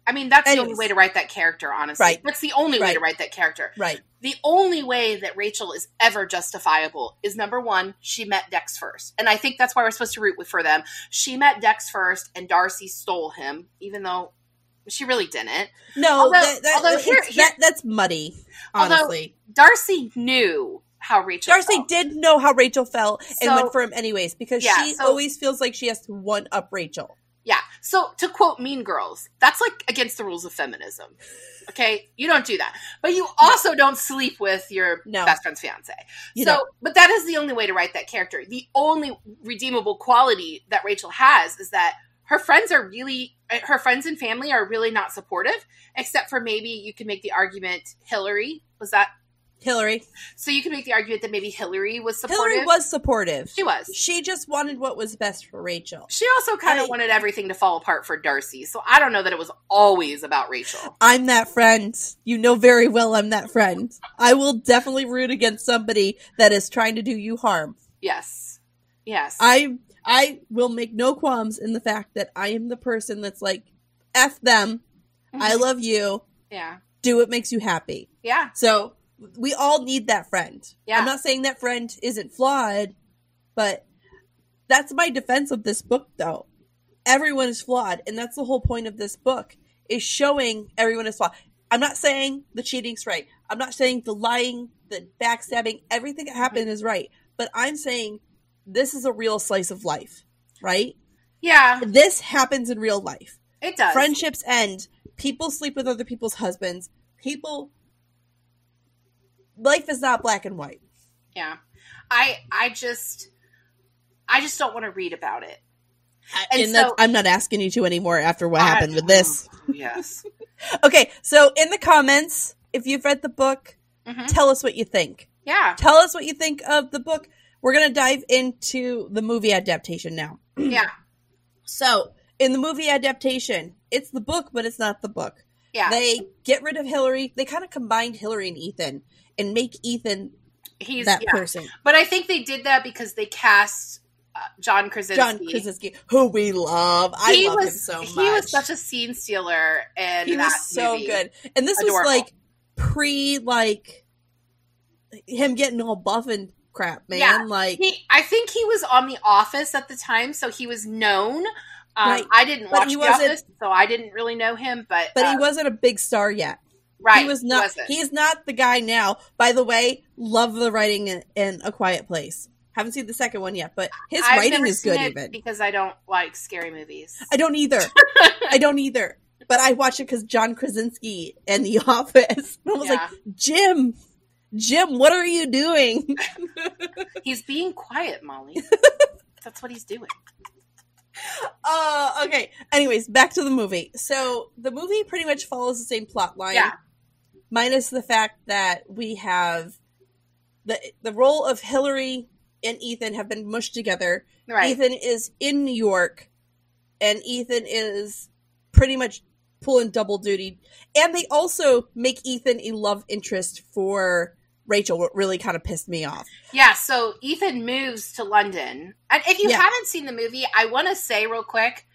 [SPEAKER 2] I mean that's the only
[SPEAKER 1] Anyways.
[SPEAKER 2] way to write that character. Honestly,
[SPEAKER 1] Right.
[SPEAKER 2] that's the only way to
[SPEAKER 1] Right.
[SPEAKER 2] write that character.
[SPEAKER 1] Right.
[SPEAKER 2] The only way that Rachel is ever justifiable is number one, she met Dex first, and I think that's why we're supposed to root with- for them. She met Dex first, and Darcy stole him, even though she really didn't.
[SPEAKER 1] No,
[SPEAKER 2] Although-
[SPEAKER 1] that, that-
[SPEAKER 2] although here-
[SPEAKER 1] it's-
[SPEAKER 2] here-
[SPEAKER 1] that- that's muddy,
[SPEAKER 2] Although-
[SPEAKER 1] honestly.
[SPEAKER 2] Darcy knew how Rachel.
[SPEAKER 1] Darcy
[SPEAKER 2] felt.
[SPEAKER 1] did know how Rachel felt and
[SPEAKER 2] So-
[SPEAKER 1] went for him anyways because
[SPEAKER 2] Yeah,
[SPEAKER 1] she
[SPEAKER 2] so-
[SPEAKER 1] always feels like she has to one up Rachel.
[SPEAKER 2] Yeah. So to quote Mean Girls, that's like against the rules of feminism. Okay, you don't do that, but you also don't sleep with your
[SPEAKER 1] No.
[SPEAKER 2] best friend's fiance.
[SPEAKER 1] You
[SPEAKER 2] so,
[SPEAKER 1] know,
[SPEAKER 2] but that is the only way to write that character. The only redeemable quality that Rachel has is that her friends are really, eh, her friends and family are really not supportive, except for maybe you can make the argument Hillary was that.
[SPEAKER 1] Hillary.
[SPEAKER 2] So you can make the argument that maybe Hillary was supportive.
[SPEAKER 1] Hillary was supportive.
[SPEAKER 2] She was.
[SPEAKER 1] She just wanted what was best for Rachel.
[SPEAKER 2] She also kind
[SPEAKER 1] I-
[SPEAKER 2] of wanted everything to fall apart for Darcy. So I don't know that it was always about Rachel.
[SPEAKER 1] I'm that friend. You know very well I'm that friend. I will definitely root against somebody that is trying to do you harm.
[SPEAKER 2] Yes. Yes.
[SPEAKER 1] I I will make no qualms in the fact that I am the person that's like F them. I love you.
[SPEAKER 2] Yeah.
[SPEAKER 1] Do what makes you happy.
[SPEAKER 2] Yeah.
[SPEAKER 1] So we all need that friend.
[SPEAKER 2] Yeah.
[SPEAKER 1] I'm not saying that friend isn't flawed, but that's my defense of this book though. Everyone is flawed, and that's the whole point of this book is showing everyone is flawed. I'm not saying the cheating's right. I'm not saying the lying, the backstabbing, everything that happened is right. But I'm saying this is a real slice of life, right?
[SPEAKER 2] Yeah.
[SPEAKER 1] This happens in real life
[SPEAKER 2] It does.
[SPEAKER 1] friendships end people sleep with other people's husbands people life is not black and white
[SPEAKER 2] Yeah. I I just I just don't want to read about it.
[SPEAKER 1] I-
[SPEAKER 2] And
[SPEAKER 1] And, that's,
[SPEAKER 2] so-
[SPEAKER 1] I'm not asking you to anymore after what happened with this.
[SPEAKER 2] Um, Yes.
[SPEAKER 1] Okay, so in the comments, if you've read the book,
[SPEAKER 2] hmm
[SPEAKER 1] tell us what you think.
[SPEAKER 2] Yeah.
[SPEAKER 1] Tell us what you think of the book. We're going to dive into the movie adaptation now.
[SPEAKER 2] Yeah.
[SPEAKER 1] So, in the movie adaptation, it's the book, but it's not the book.
[SPEAKER 2] Yeah.
[SPEAKER 1] They get rid of Hillary. They kind of combined Hillary and Ethan and make Ethan
[SPEAKER 2] He's
[SPEAKER 1] that
[SPEAKER 2] yeah.
[SPEAKER 1] person,
[SPEAKER 2] But I think they did that because they cast uh, John Krasinski.
[SPEAKER 1] John Krasinski, who we love. I love him so much.
[SPEAKER 2] He was such a scene stealer, and
[SPEAKER 1] he was so good. And this
[SPEAKER 2] Adorable.
[SPEAKER 1] was like pre like him getting all buff and crap, man.
[SPEAKER 2] Yeah.
[SPEAKER 1] Like
[SPEAKER 2] He, I think he was on The Office at the time, so he was known. Um,
[SPEAKER 1] Right.
[SPEAKER 2] I didn't
[SPEAKER 1] But
[SPEAKER 2] watch
[SPEAKER 1] he
[SPEAKER 2] The
[SPEAKER 1] wasn't-
[SPEAKER 2] Office, so I didn't really know him. But
[SPEAKER 1] but
[SPEAKER 2] uh,
[SPEAKER 1] he wasn't a big star yet.
[SPEAKER 2] right,
[SPEAKER 1] he was not
[SPEAKER 2] wasn't.
[SPEAKER 1] he is not the guy now. By the way, love the writing in, in A Quiet Place. Haven't seen the second one yet, but his
[SPEAKER 2] I've
[SPEAKER 1] writing
[SPEAKER 2] never
[SPEAKER 1] is
[SPEAKER 2] seen
[SPEAKER 1] good
[SPEAKER 2] it
[SPEAKER 1] even.
[SPEAKER 2] because I don't like scary movies.
[SPEAKER 1] I don't either. I don't either. But I watched it because John Krasinski and The Office. And I was
[SPEAKER 2] Yeah.
[SPEAKER 1] like, Jim, Jim, what are you doing?
[SPEAKER 2] he's being quiet, Molly. That's what he's doing.
[SPEAKER 1] Uh, okay. Anyways, back to the movie. So the movie pretty much follows the same plot line,
[SPEAKER 2] Yeah.
[SPEAKER 1] minus the fact that we have the the role of Hillary and Ethan have been mushed together.
[SPEAKER 2] Right.
[SPEAKER 1] Ethan is in New York, and Ethan is pretty much pulling double duty. And they also make Ethan a love interest for Rachel. What really kind of pissed me off.
[SPEAKER 2] Yeah, so Ethan moves to London. And if you
[SPEAKER 1] Yeah.
[SPEAKER 2] haven't seen the movie, I want to say real quick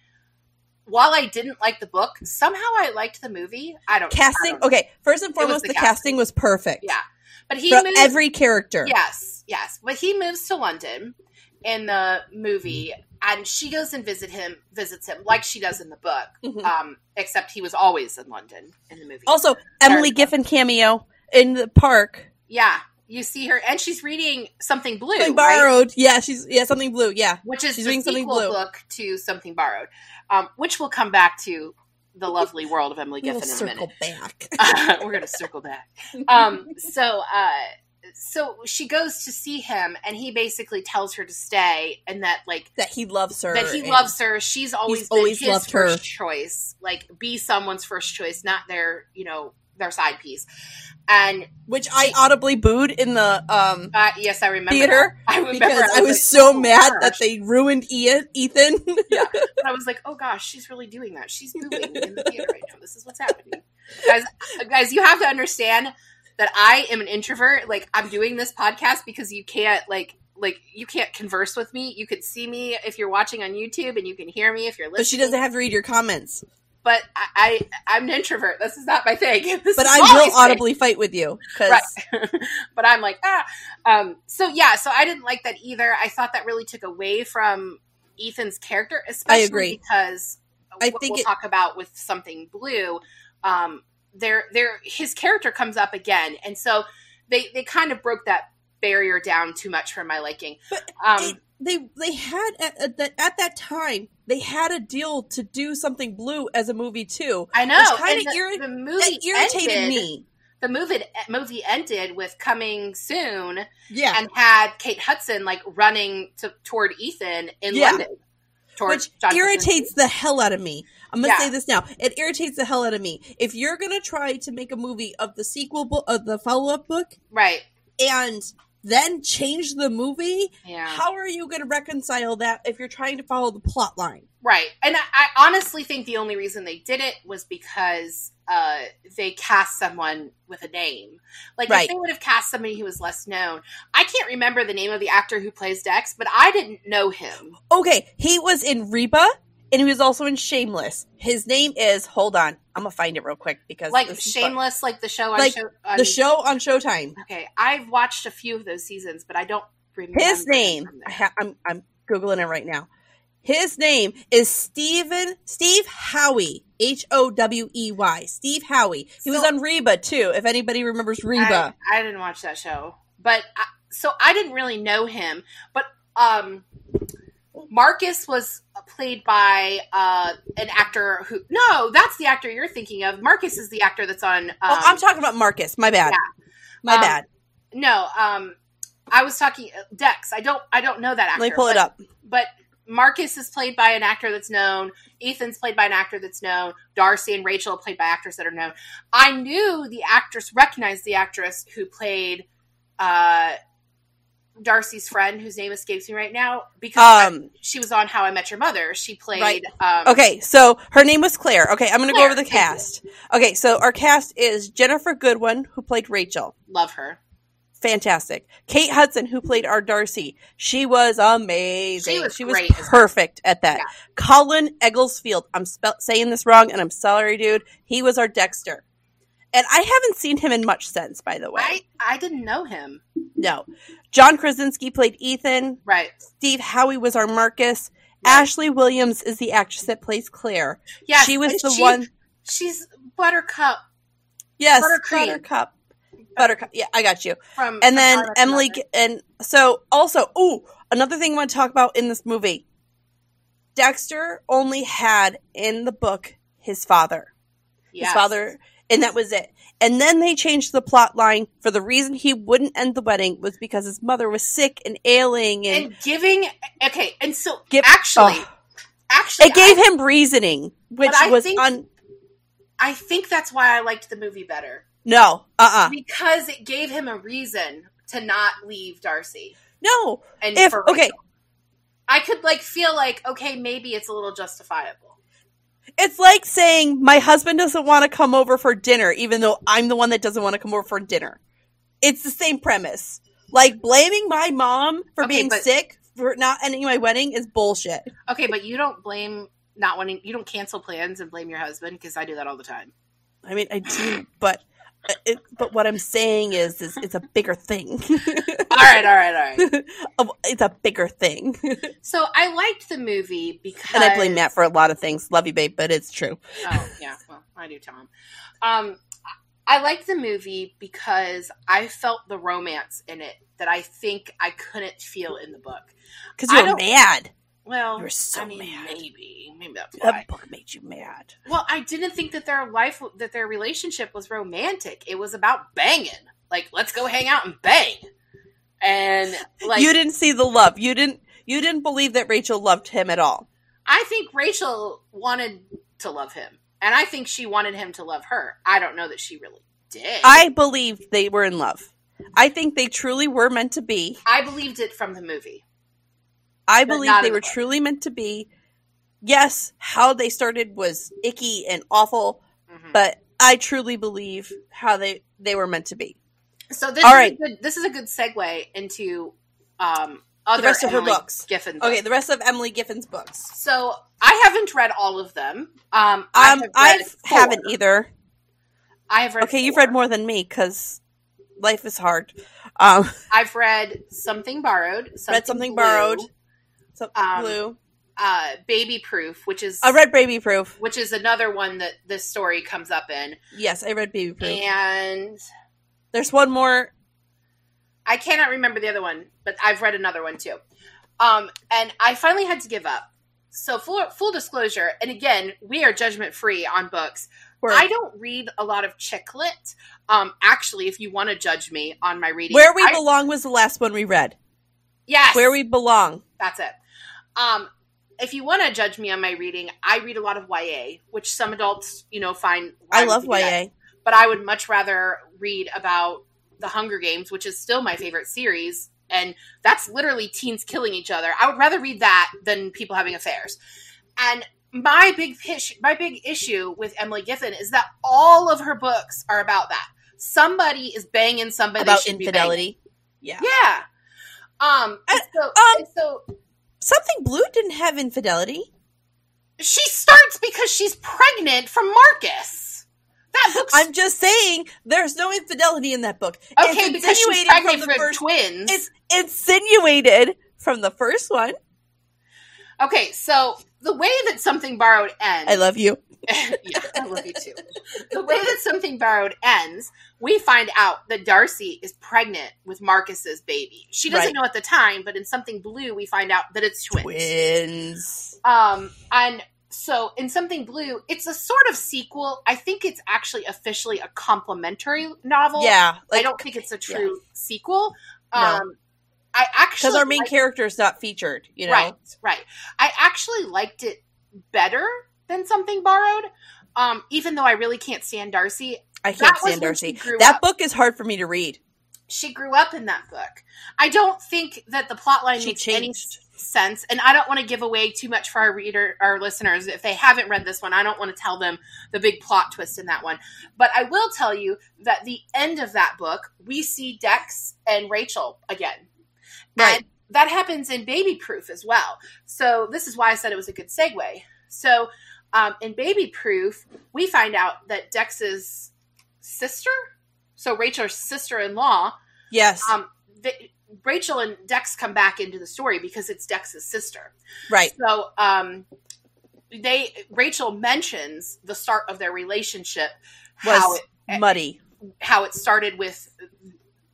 [SPEAKER 2] while I didn't like the book, somehow I liked the movie. I don't I
[SPEAKER 1] Casting.
[SPEAKER 2] don't know.
[SPEAKER 1] Okay, first and
[SPEAKER 2] Um, was
[SPEAKER 1] foremost,
[SPEAKER 2] the
[SPEAKER 1] the, casting. was perfect.
[SPEAKER 2] Yeah. But he
[SPEAKER 1] For
[SPEAKER 2] moves
[SPEAKER 1] every character.
[SPEAKER 2] Yes, yes. But he moves to London in the movie and she goes and visit him visits him like she does in the book.
[SPEAKER 1] Mhm.
[SPEAKER 2] Um except he was always in London in the movie.
[SPEAKER 1] Also, Emily
[SPEAKER 2] Sorry.
[SPEAKER 1] Giffen cameo in the park.
[SPEAKER 2] yeah, you see her and she's reading something blue,
[SPEAKER 1] Something
[SPEAKER 2] right?
[SPEAKER 1] borrowed. Yeah, she's yeah, something blue. Yeah.
[SPEAKER 2] which is
[SPEAKER 1] She's
[SPEAKER 2] the
[SPEAKER 1] doing
[SPEAKER 2] sequel
[SPEAKER 1] Something Blue.
[SPEAKER 2] book to Something Borrowed, um, which we'll come back to the lovely world of Emily
[SPEAKER 1] We'll
[SPEAKER 2] Giffen in a
[SPEAKER 1] circle
[SPEAKER 2] minute. Uh,
[SPEAKER 1] back.
[SPEAKER 2] We're going to circle back. Um, so, uh, so she goes to see him, and he basically tells her to stay, and that like
[SPEAKER 1] that he loves her.
[SPEAKER 2] that he
[SPEAKER 1] and-
[SPEAKER 2] loves her. She's always been
[SPEAKER 1] always
[SPEAKER 2] his
[SPEAKER 1] loved her.
[SPEAKER 2] first choice, like be someone's first choice, not their you know their side piece. And
[SPEAKER 1] which I audibly booed in the um
[SPEAKER 2] uh, yes, I remember
[SPEAKER 1] theater
[SPEAKER 2] that. I remember
[SPEAKER 1] because
[SPEAKER 2] that.
[SPEAKER 1] I was
[SPEAKER 2] like,
[SPEAKER 1] so
[SPEAKER 2] oh,
[SPEAKER 1] mad
[SPEAKER 2] gosh.
[SPEAKER 1] that they ruined Ian, Ethan.
[SPEAKER 2] And I was like, oh gosh, she's really doing that. She's booing in the theater right now. This is what's happening. Guys, guys, you have to understand that I am an introvert. Like I'm doing this podcast because you can't like like you can't converse with me. You could see me if you're watching on YouTube and you can hear me if you're listening.
[SPEAKER 1] but she doesn't have to read your comments.
[SPEAKER 2] but I, I I'm an introvert. This is not my thing. This
[SPEAKER 1] But
[SPEAKER 2] is
[SPEAKER 1] I
[SPEAKER 2] Molly's
[SPEAKER 1] will
[SPEAKER 2] thing.
[SPEAKER 1] audibly fight with you because
[SPEAKER 2] Right. but I'm like, ah. Um, so yeah, so I didn't like that either. I thought that really took away from Ethan's character, especially
[SPEAKER 1] agree.
[SPEAKER 2] because
[SPEAKER 1] I
[SPEAKER 2] what
[SPEAKER 1] think
[SPEAKER 2] we'll
[SPEAKER 1] it-
[SPEAKER 2] talk about with something blue. Um, there, there, his character comes up again, and so they they kind of broke that barrier down too much for my liking.
[SPEAKER 1] But
[SPEAKER 2] um,
[SPEAKER 1] it- they they had at, at, that, at that time they had a deal to do something blue as a movie too.
[SPEAKER 2] I know,
[SPEAKER 1] which kinda
[SPEAKER 2] and the,
[SPEAKER 1] irri-
[SPEAKER 2] the movie
[SPEAKER 1] That irritated
[SPEAKER 2] ended,
[SPEAKER 1] me.
[SPEAKER 2] The movie movie ended with coming soon,
[SPEAKER 1] Yeah,
[SPEAKER 2] and had Kate Hudson like running to, toward Ethan in
[SPEAKER 1] Yeah.
[SPEAKER 2] London. Towards
[SPEAKER 1] which
[SPEAKER 2] John Krasinski.
[SPEAKER 1] irritates the hell out of me. I'm gonna
[SPEAKER 2] Yeah.
[SPEAKER 1] say this now. It irritates the hell out of me. If you're gonna try to make a movie of the sequel book, of the follow up book,
[SPEAKER 2] right?
[SPEAKER 1] and then change the movie,
[SPEAKER 2] Yeah,
[SPEAKER 1] how are you gonna reconcile that if you're trying to follow the plot line?
[SPEAKER 2] right. And I, I honestly think the only reason they did it was because uh, they cast someone with a name. Like
[SPEAKER 1] Right.
[SPEAKER 2] if they would have cast somebody who was less known, I can't remember the name of the actor who plays Dex, but I didn't know him.
[SPEAKER 1] Okay, he was in Reba. And he was also in Shameless. His name is hold on, I'm gonna find it real quick because
[SPEAKER 2] Like
[SPEAKER 1] this is fun.
[SPEAKER 2] Shameless, like the show on
[SPEAKER 1] Like,
[SPEAKER 2] show. On,
[SPEAKER 1] the show on Showtime.
[SPEAKER 2] Okay, I've watched a few of those seasons, but I don't remember
[SPEAKER 1] His
[SPEAKER 2] him
[SPEAKER 1] name,
[SPEAKER 2] from
[SPEAKER 1] I
[SPEAKER 2] there.
[SPEAKER 1] ha- I'm I'm googling it right now. His name is Stephen Steve Howie H O W E Y Steve Howie. He was
[SPEAKER 2] So-
[SPEAKER 1] on Reba too. If anybody remembers Reba,
[SPEAKER 2] I, I didn't watch that show, but I, so I didn't really know him. But um, Marcus was played by uh, an actor who. No, that's the actor you're thinking of. Marcus is the actor that's on. Um,
[SPEAKER 1] oh, I'm talking about Marcus. My bad.
[SPEAKER 2] yeah.
[SPEAKER 1] My
[SPEAKER 2] Um,
[SPEAKER 1] bad.
[SPEAKER 2] no, um, I was talking Dex. I don't I don't know that actor.
[SPEAKER 1] Let me pull it
[SPEAKER 2] but-
[SPEAKER 1] up.
[SPEAKER 2] But Marcus is played by an actor that's known. Ethan's played by an actor that's known. Darcy and Rachel are played by actors that are known. I knew the actress, recognized the actress who played uh, Darcy's friend, whose name escapes me right now, because
[SPEAKER 1] Um,
[SPEAKER 2] she was on How I Met Your Mother. She played.
[SPEAKER 1] Right.
[SPEAKER 2] Um,
[SPEAKER 1] Okay, so her name was Claire. Okay, I'm going to go
[SPEAKER 2] Claire,
[SPEAKER 1] over the
[SPEAKER 2] thank you.
[SPEAKER 1] cast. Okay, so our cast is Jennifer Goodwin, who played Rachel.
[SPEAKER 2] Love her.
[SPEAKER 1] Fantastic. Kate Hudson, who played our Darcy. She was amazing.
[SPEAKER 2] She was great as Darcy.
[SPEAKER 1] perfect at that.
[SPEAKER 2] Yeah.
[SPEAKER 1] Colin Egglesfield. I'm spe- saying this wrong, and I'm sorry, dude. He was our Dexter. And I haven't seen him in much since, by the way.
[SPEAKER 2] I, I didn't know him.
[SPEAKER 1] No. John Krasinski played Ethan.
[SPEAKER 2] Right.
[SPEAKER 1] Steve Howie was our Marcus.
[SPEAKER 2] Right.
[SPEAKER 1] Ashley Williams is the actress that plays Claire.
[SPEAKER 2] Yeah.
[SPEAKER 1] she was
[SPEAKER 2] and
[SPEAKER 1] the
[SPEAKER 2] she-
[SPEAKER 1] one.
[SPEAKER 2] She's Buttercup
[SPEAKER 1] Yes,
[SPEAKER 2] Buttercream.
[SPEAKER 1] Buttercup. Buttercup. Yeah, I got you.
[SPEAKER 2] from. from
[SPEAKER 1] And then
[SPEAKER 2] How I Met Your
[SPEAKER 1] Emily,
[SPEAKER 2] Mother.
[SPEAKER 1] g- and so also, oh, another thing I want to talk about in this movie Dexter only had in the book his father.
[SPEAKER 2] Yes.
[SPEAKER 1] His father, and that was it. And then they changed the plot line for the reason he wouldn't end the wedding was because his mother was sick and ailing and,
[SPEAKER 2] And giving. Okay. And so
[SPEAKER 1] Give-
[SPEAKER 2] actually.
[SPEAKER 1] Ugh.
[SPEAKER 2] Actually,
[SPEAKER 1] it gave him reasoning, which
[SPEAKER 2] I
[SPEAKER 1] was
[SPEAKER 2] think-
[SPEAKER 1] un.
[SPEAKER 2] I think that's why I liked the movie better
[SPEAKER 1] No, uh uh
[SPEAKER 2] because it gave him a reason to not leave Darcy.
[SPEAKER 1] No.
[SPEAKER 2] And
[SPEAKER 1] If,
[SPEAKER 2] for
[SPEAKER 1] okay,
[SPEAKER 2] I could like feel like okay, maybe it's a little justifiable.
[SPEAKER 1] It's like saying my husband doesn't want to come over for dinner, even though I'm the one that doesn't want to come over for dinner. It's the same premise. Like blaming my mom for
[SPEAKER 2] Okay,
[SPEAKER 1] being
[SPEAKER 2] but-
[SPEAKER 1] sick for not ending my wedding is bullshit.
[SPEAKER 2] Okay, but you don't blame not wanting you don't cancel plans and blame your husband because I do that all the time.
[SPEAKER 1] I mean, I do, but uh, it, but what I'm saying is, is it's a bigger thing.
[SPEAKER 2] All right, all right, all right.
[SPEAKER 1] it's a bigger thing,
[SPEAKER 2] So I liked the movie because
[SPEAKER 1] and I blame Matt for a lot of things. Love you, babe, but it's true.
[SPEAKER 2] Oh yeah, well I do, Tom. Um, I liked the movie because I felt the romance in it that I think I couldn't feel in the book.
[SPEAKER 1] Because
[SPEAKER 2] I
[SPEAKER 1] you were
[SPEAKER 2] don't-
[SPEAKER 1] mad.
[SPEAKER 2] Well,
[SPEAKER 1] You were so
[SPEAKER 2] I mean,
[SPEAKER 1] mad.
[SPEAKER 2] maybe, maybe that's why.
[SPEAKER 1] That book made you mad.
[SPEAKER 2] Well, I didn't think that their life, that their relationship was romantic. It was about banging. Like, let's go hang out and bang. And like,
[SPEAKER 1] you didn't see the love. You didn't. You didn't believe that Rachel loved him at all.
[SPEAKER 2] I think Rachel wanted to love him, and I think she wanted him to love her. I don't know that she really did.
[SPEAKER 1] I believe they were in love. I think they truly were meant to be.
[SPEAKER 2] I believed it from the movie.
[SPEAKER 1] I
[SPEAKER 2] But
[SPEAKER 1] believe
[SPEAKER 2] not
[SPEAKER 1] they
[SPEAKER 2] in
[SPEAKER 1] were
[SPEAKER 2] love.
[SPEAKER 1] truly meant to be. Yes, how they started was icky and awful,
[SPEAKER 2] Mhm.
[SPEAKER 1] but I truly believe how they they were meant to be.
[SPEAKER 2] so this
[SPEAKER 1] all
[SPEAKER 2] is
[SPEAKER 1] right.
[SPEAKER 2] a good, this is a good segue into um other
[SPEAKER 1] rest of her
[SPEAKER 2] Emily
[SPEAKER 1] books.
[SPEAKER 2] Giffen.
[SPEAKER 1] Okay,
[SPEAKER 2] books.
[SPEAKER 1] the rest of Emily Giffen's books.
[SPEAKER 2] So I haven't read all of them. Um, I
[SPEAKER 1] Um,
[SPEAKER 2] have read
[SPEAKER 1] I
[SPEAKER 2] four.
[SPEAKER 1] haven't either.
[SPEAKER 2] I have read.
[SPEAKER 1] Okay, you you've
[SPEAKER 2] four.
[SPEAKER 1] read more than me because life is hard. Um,
[SPEAKER 2] I've read Something Borrowed, Something
[SPEAKER 1] read something
[SPEAKER 2] Blue,
[SPEAKER 1] borrowed. So,
[SPEAKER 2] Um,
[SPEAKER 1] blue.
[SPEAKER 2] uh, Baby Proof, which is
[SPEAKER 1] I read Baby Proof.
[SPEAKER 2] which is another one that this story comes up in,
[SPEAKER 1] Yes, I read Baby Proof.
[SPEAKER 2] and
[SPEAKER 1] There's one more.
[SPEAKER 2] I cannot remember the other one, but I've read another one too. Um, and I finally had to give up. So full full disclosure, and again, we are judgment free on books.
[SPEAKER 1] Where,
[SPEAKER 2] I don't read a lot of chick lit. Um, actually, if you want to judge me on my reading,
[SPEAKER 1] Where We
[SPEAKER 2] I-
[SPEAKER 1] Belong was the last one we read.
[SPEAKER 2] yes,
[SPEAKER 1] Where We Belong.
[SPEAKER 2] That's it. Um, if you want to judge me on my reading, I read a lot of YA, which some adults, you know, find. why
[SPEAKER 1] I
[SPEAKER 2] would
[SPEAKER 1] love
[SPEAKER 2] you do that?
[SPEAKER 1] YA.
[SPEAKER 2] but I would much rather read about the Hunger Games, which is still my favorite series, and that's literally teens killing each other. I would rather read that than people having affairs. And my big pitch, my big issue with Emily Giffin is that all of her books are about that. Somebody is banging somebody they
[SPEAKER 1] about
[SPEAKER 2] shouldn't be
[SPEAKER 1] infidelity. Yeah.
[SPEAKER 2] banging. Yeah. Um. and so,
[SPEAKER 1] um,
[SPEAKER 2] and so
[SPEAKER 1] Something Blue didn't have infidelity.
[SPEAKER 2] She starts because she's pregnant from Marcus. That book's
[SPEAKER 1] I'm just saying there's no infidelity in that book.
[SPEAKER 2] okay because she's
[SPEAKER 1] insinuated
[SPEAKER 2] pregnant
[SPEAKER 1] from
[SPEAKER 2] from,
[SPEAKER 1] the first
[SPEAKER 2] twins.
[SPEAKER 1] It's insinuated from the first one.
[SPEAKER 2] okay, so the way that something borrowed ends.
[SPEAKER 1] I love you.
[SPEAKER 2] yeah, I love you too. The way that something borrowed ends, we find out that Darcy is pregnant with Marcus's baby. She doesn't
[SPEAKER 1] Right.
[SPEAKER 2] know at the time, but in something blue, we find out that it's twins.
[SPEAKER 1] Twins.
[SPEAKER 2] Um, and so in something blue, it's a sort of sequel. I think it's actually officially a complementary novel.
[SPEAKER 1] Yeah.
[SPEAKER 2] I don't think it's a true sequel.
[SPEAKER 1] No.
[SPEAKER 2] Um, I actually
[SPEAKER 1] because our main
[SPEAKER 2] liked-
[SPEAKER 1] character is not featured. You know,
[SPEAKER 2] right, right. I actually liked it better than something borrowed. Um, even though I really can't stand Darcy,
[SPEAKER 1] I can't
[SPEAKER 2] That was
[SPEAKER 1] stand
[SPEAKER 2] when
[SPEAKER 1] Darcy.
[SPEAKER 2] she grew
[SPEAKER 1] That
[SPEAKER 2] up.
[SPEAKER 1] book is hard for me to read.
[SPEAKER 2] she grew up in that book. I don't think that the plot line
[SPEAKER 1] She
[SPEAKER 2] makes any
[SPEAKER 1] changed.
[SPEAKER 2] sense, and I don't want to give away too much for our reader, our listeners. If they haven't read this one, I don't want to tell them the big plot twist in that one. But I will tell you that the end of that book, we see Dex and Rachel again.
[SPEAKER 1] Right.
[SPEAKER 2] And that happens in Baby Proof as well. So this is why I said it was a good segue. So um, in Baby Proof, we find out that Dex's sister, so Rachel's sister-in-law,
[SPEAKER 1] Yes.
[SPEAKER 2] um, th- Rachel and Dex come back into the story because it's Dex's sister.
[SPEAKER 1] right.
[SPEAKER 2] So um, they Rachel mentions the start of their relationship, how
[SPEAKER 1] Was
[SPEAKER 2] it, eh,
[SPEAKER 1] muddy.
[SPEAKER 2] how it started with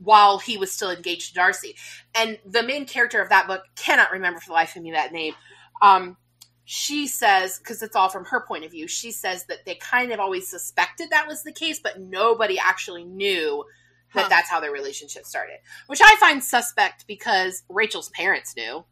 [SPEAKER 2] while he was still engaged to Darcy, and the main character of that book cannot remember for the life of me that name. Um, she says because it's all from her point of view. She says that they kind of always suspected that was the case, but nobody actually knew that
[SPEAKER 1] Huh.
[SPEAKER 2] that's how their relationship started, which I find suspect because Rachel's parents knew.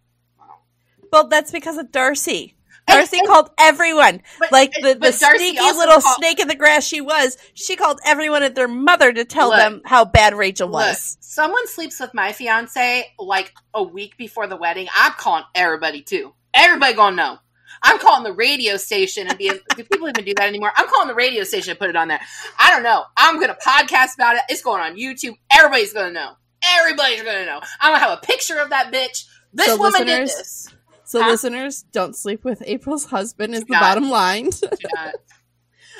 [SPEAKER 1] Well, that's because of Darcy.
[SPEAKER 2] And-
[SPEAKER 1] Darcy
[SPEAKER 2] and-
[SPEAKER 1] called everyone.
[SPEAKER 2] but-
[SPEAKER 1] Like the,
[SPEAKER 2] but
[SPEAKER 1] the
[SPEAKER 2] Darcy
[SPEAKER 1] sneaky
[SPEAKER 2] also
[SPEAKER 1] little
[SPEAKER 2] called-
[SPEAKER 1] snake in the grass she was, she called everyone at their mother to tell
[SPEAKER 2] Look.
[SPEAKER 1] them how bad Rachel
[SPEAKER 2] Look,
[SPEAKER 1] was.
[SPEAKER 2] someone sleeps with my fiance like a week before the wedding. I'm calling everybody too. Everybody gonna know. I'm calling the radio station and being. do people even do that anymore? I'm calling the radio station and put it on there. I don't know. I'm gonna podcast about it. It's going on YouTube. Everybody's gonna know. Everybody's gonna know. I'm gonna have a picture of that bitch. This
[SPEAKER 1] So,
[SPEAKER 2] woman did
[SPEAKER 1] listeners,
[SPEAKER 2] this.
[SPEAKER 1] So,
[SPEAKER 2] Huh?
[SPEAKER 1] listeners, don't sleep with April's husband, is
[SPEAKER 2] the not. bottom
[SPEAKER 1] line.
[SPEAKER 2] Do not,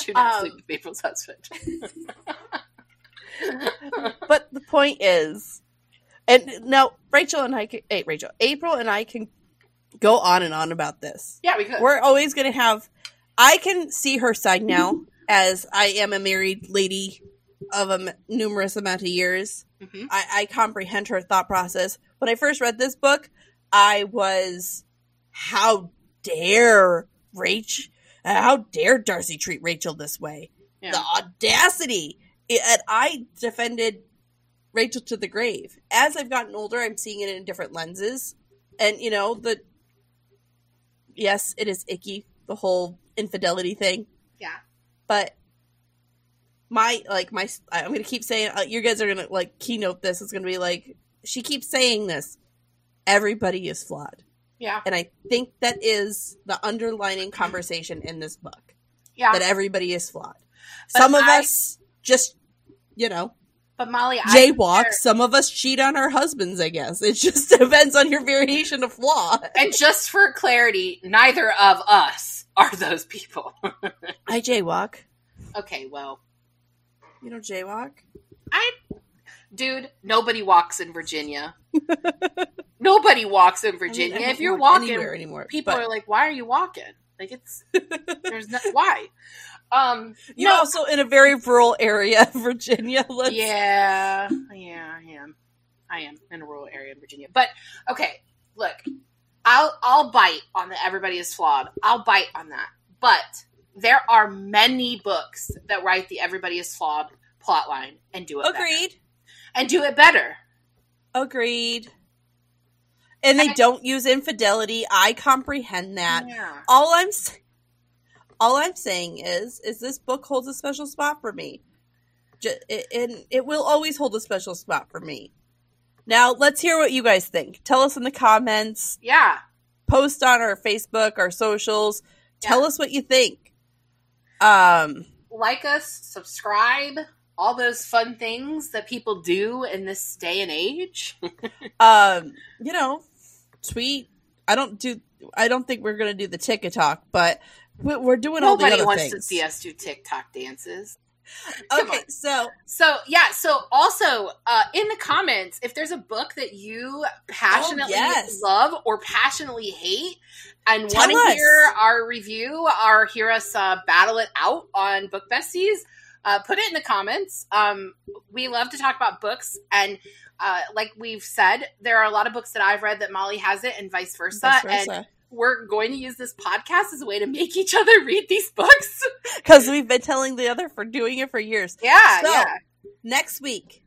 [SPEAKER 2] do not
[SPEAKER 1] Um,
[SPEAKER 2] sleep with April's husband.
[SPEAKER 1] but the point is, and now Rachel and I, can, hey, Rachel, April and I can go on and on about this.
[SPEAKER 2] Yeah, we could.
[SPEAKER 1] We're always going to have, I can see her side now as I am a married lady of a m- numerous amount of years.
[SPEAKER 2] Mhm.
[SPEAKER 1] I, I comprehend her thought process. When I first read this book, I was, how dare Rach, how dare Darcy treat Rachel this way?
[SPEAKER 2] Yeah.
[SPEAKER 1] the audacity I- and i defended rachel to the grave as i've gotten older i'm seeing it in different lenses and you know the yes it is icky the whole infidelity thing
[SPEAKER 2] Yeah.
[SPEAKER 1] but my like my i'm gonna keep saying uh, you guys are gonna like keynote this it's gonna be like she keeps saying this everybody is flawed
[SPEAKER 2] yeah,
[SPEAKER 1] and i think that is the underlining conversation in this book
[SPEAKER 2] yeah.
[SPEAKER 1] that everybody is flawed.
[SPEAKER 2] But
[SPEAKER 1] some of
[SPEAKER 2] I-
[SPEAKER 1] us just, you know,
[SPEAKER 2] But Molly, I
[SPEAKER 1] jaywalk.
[SPEAKER 2] compare-
[SPEAKER 1] Some of us cheat on our husbands, I guess. It just depends on your variation of flaw.
[SPEAKER 2] And just for clarity, neither of us are those people.
[SPEAKER 1] I jaywalk.
[SPEAKER 2] Okay, well,
[SPEAKER 1] You know, jaywalk?
[SPEAKER 2] dude, nobody walks in Virginia. nobody walks in Virginia. if you're walking,
[SPEAKER 1] anywhere anymore,
[SPEAKER 2] people
[SPEAKER 1] but
[SPEAKER 2] are like, "Why are you walking?" Like it's there's no why. Um,
[SPEAKER 1] you're
[SPEAKER 2] no,
[SPEAKER 1] also in a very rural area of Virginia. Let's,
[SPEAKER 2] yeah, yeah, I am. I am in a rural area in Virginia. But okay, look, I'll I'll bite on the everybody is flawed. I'll bite on that. But there are many books that write the everybody is flawed plotline and do it better.
[SPEAKER 1] Agreed.
[SPEAKER 2] and do it better.
[SPEAKER 1] Agreed. And they
[SPEAKER 2] And-
[SPEAKER 1] don't use infidelity. I comprehend that.
[SPEAKER 2] Yeah.
[SPEAKER 1] all I'm s- all I'm saying is is this book holds a special spot for me, J- it, and it will always hold a special spot for me. Now let's hear what you guys think. Tell us in the comments,
[SPEAKER 2] Yeah.
[SPEAKER 1] post on our Facebook, our socials. Tell
[SPEAKER 2] Yeah.
[SPEAKER 1] us what you think. Um,
[SPEAKER 2] Like us, subscribe, all those fun things that people do in this day and age.
[SPEAKER 1] um, you know, tweet. I don't do. I don't think we're gonna do the TikTok, but we- we're doing all the
[SPEAKER 2] Nobody
[SPEAKER 1] other
[SPEAKER 2] wants
[SPEAKER 1] things.
[SPEAKER 2] to see us do TikTok dances. Come
[SPEAKER 1] Okay, so
[SPEAKER 2] So yeah, so also uh, in the comments, if there's a book that you passionately
[SPEAKER 1] Oh, yes.
[SPEAKER 2] love or passionately hate and
[SPEAKER 1] Tell
[SPEAKER 2] want to
[SPEAKER 1] us.
[SPEAKER 2] hear our review or hear us uh, battle it out on Book Besties, uh, put it in the comments. Um, we love to talk about books and. Uh, like we've said, there are a lot of books that I've read that Molly has it, and vice versa.
[SPEAKER 1] vice
[SPEAKER 2] And
[SPEAKER 1] versa.
[SPEAKER 2] we're going to use this podcast as a way to make each other read these books.
[SPEAKER 1] because we've been telling the other for doing it for years.
[SPEAKER 2] Yeah,
[SPEAKER 1] So-
[SPEAKER 2] yeah.
[SPEAKER 1] Next week,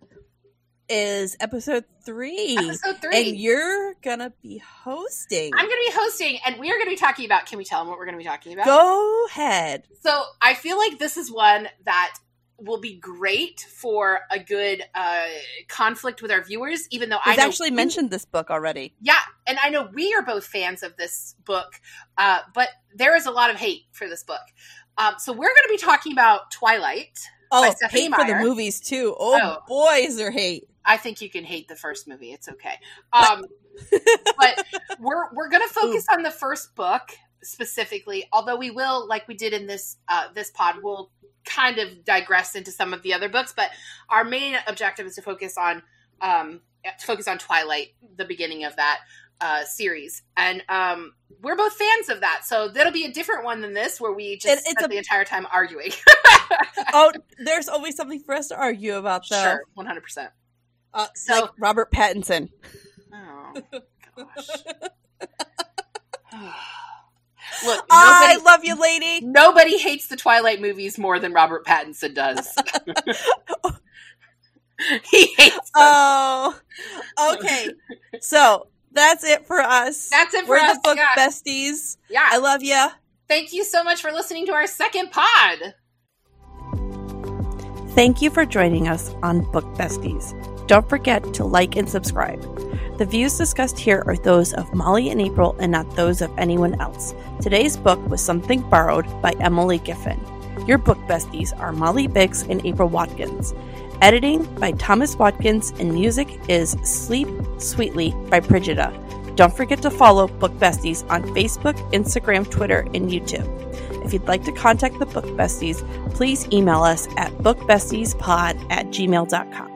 [SPEAKER 1] is episode three.
[SPEAKER 2] Episode three.
[SPEAKER 1] And you're gonna be hosting.
[SPEAKER 2] I'm going to be hosting, and we are going to be talking about. Can we tell them what we're going to be talking about?
[SPEAKER 1] Go ahead.
[SPEAKER 2] So I feel like this is one that will be great for a good uh, conflict with our viewers, even though
[SPEAKER 1] We've
[SPEAKER 2] I know
[SPEAKER 1] actually
[SPEAKER 2] we-
[SPEAKER 1] mentioned this book already.
[SPEAKER 2] Yeah, and I know we are both fans of this book, uh, but there is a lot of hate for this book. Um, so we're going to be talking about Twilight. By
[SPEAKER 1] Oh,
[SPEAKER 2] Stephanie
[SPEAKER 1] hate for the
[SPEAKER 2] Meyer.
[SPEAKER 1] movies too. Oh,
[SPEAKER 2] Oh.
[SPEAKER 1] boy, is there hate.
[SPEAKER 2] I think you can hate the first movie; it's okay. Um, but we're we're going to focus on the first book specifically. Although we will, like we did in this uh, this pod, we'll kind of digress into some of the other books. But our main objective is to focus on um, to focus on Twilight, the beginning of that uh, series, and um, we're both fans of that. So that'll be a different one than this, where we just
[SPEAKER 1] It- it's
[SPEAKER 2] spent
[SPEAKER 1] a-
[SPEAKER 2] the entire time arguing.
[SPEAKER 1] Oh, there's always something for us to argue about, though.
[SPEAKER 2] sure, one hundred percent.
[SPEAKER 1] Uh,
[SPEAKER 2] So-
[SPEAKER 1] like Robert Pattinson.
[SPEAKER 2] Oh gosh. Look,
[SPEAKER 1] I
[SPEAKER 2] nobody,
[SPEAKER 1] love you, lady.
[SPEAKER 2] nobody hates the Twilight movies more than Robert Pattinson does. he hates them.
[SPEAKER 1] Oh, okay. so that's it for us.
[SPEAKER 2] That's it for
[SPEAKER 1] We're
[SPEAKER 2] us.
[SPEAKER 1] the book
[SPEAKER 2] yeah.
[SPEAKER 1] besties.
[SPEAKER 2] yeah.
[SPEAKER 1] I love you.
[SPEAKER 2] Thank you so much for listening to our second pod.
[SPEAKER 1] Thank you for joining us on Book Besties. Don't forget to like and subscribe. The views discussed here are those of Molly and April and not those of anyone else. Today's book was Something Borrowed by Emily Giffen. Your book besties are Molly Bix and April Watkins. Editing by Thomas Watkins and music is Sleep Sweetly by Brigida. Don't forget to follow Book Besties on Facebook, Instagram, Twitter, and YouTube. If you'd like to contact the Book Besties, please email us at bookbestiespod at gmail.com.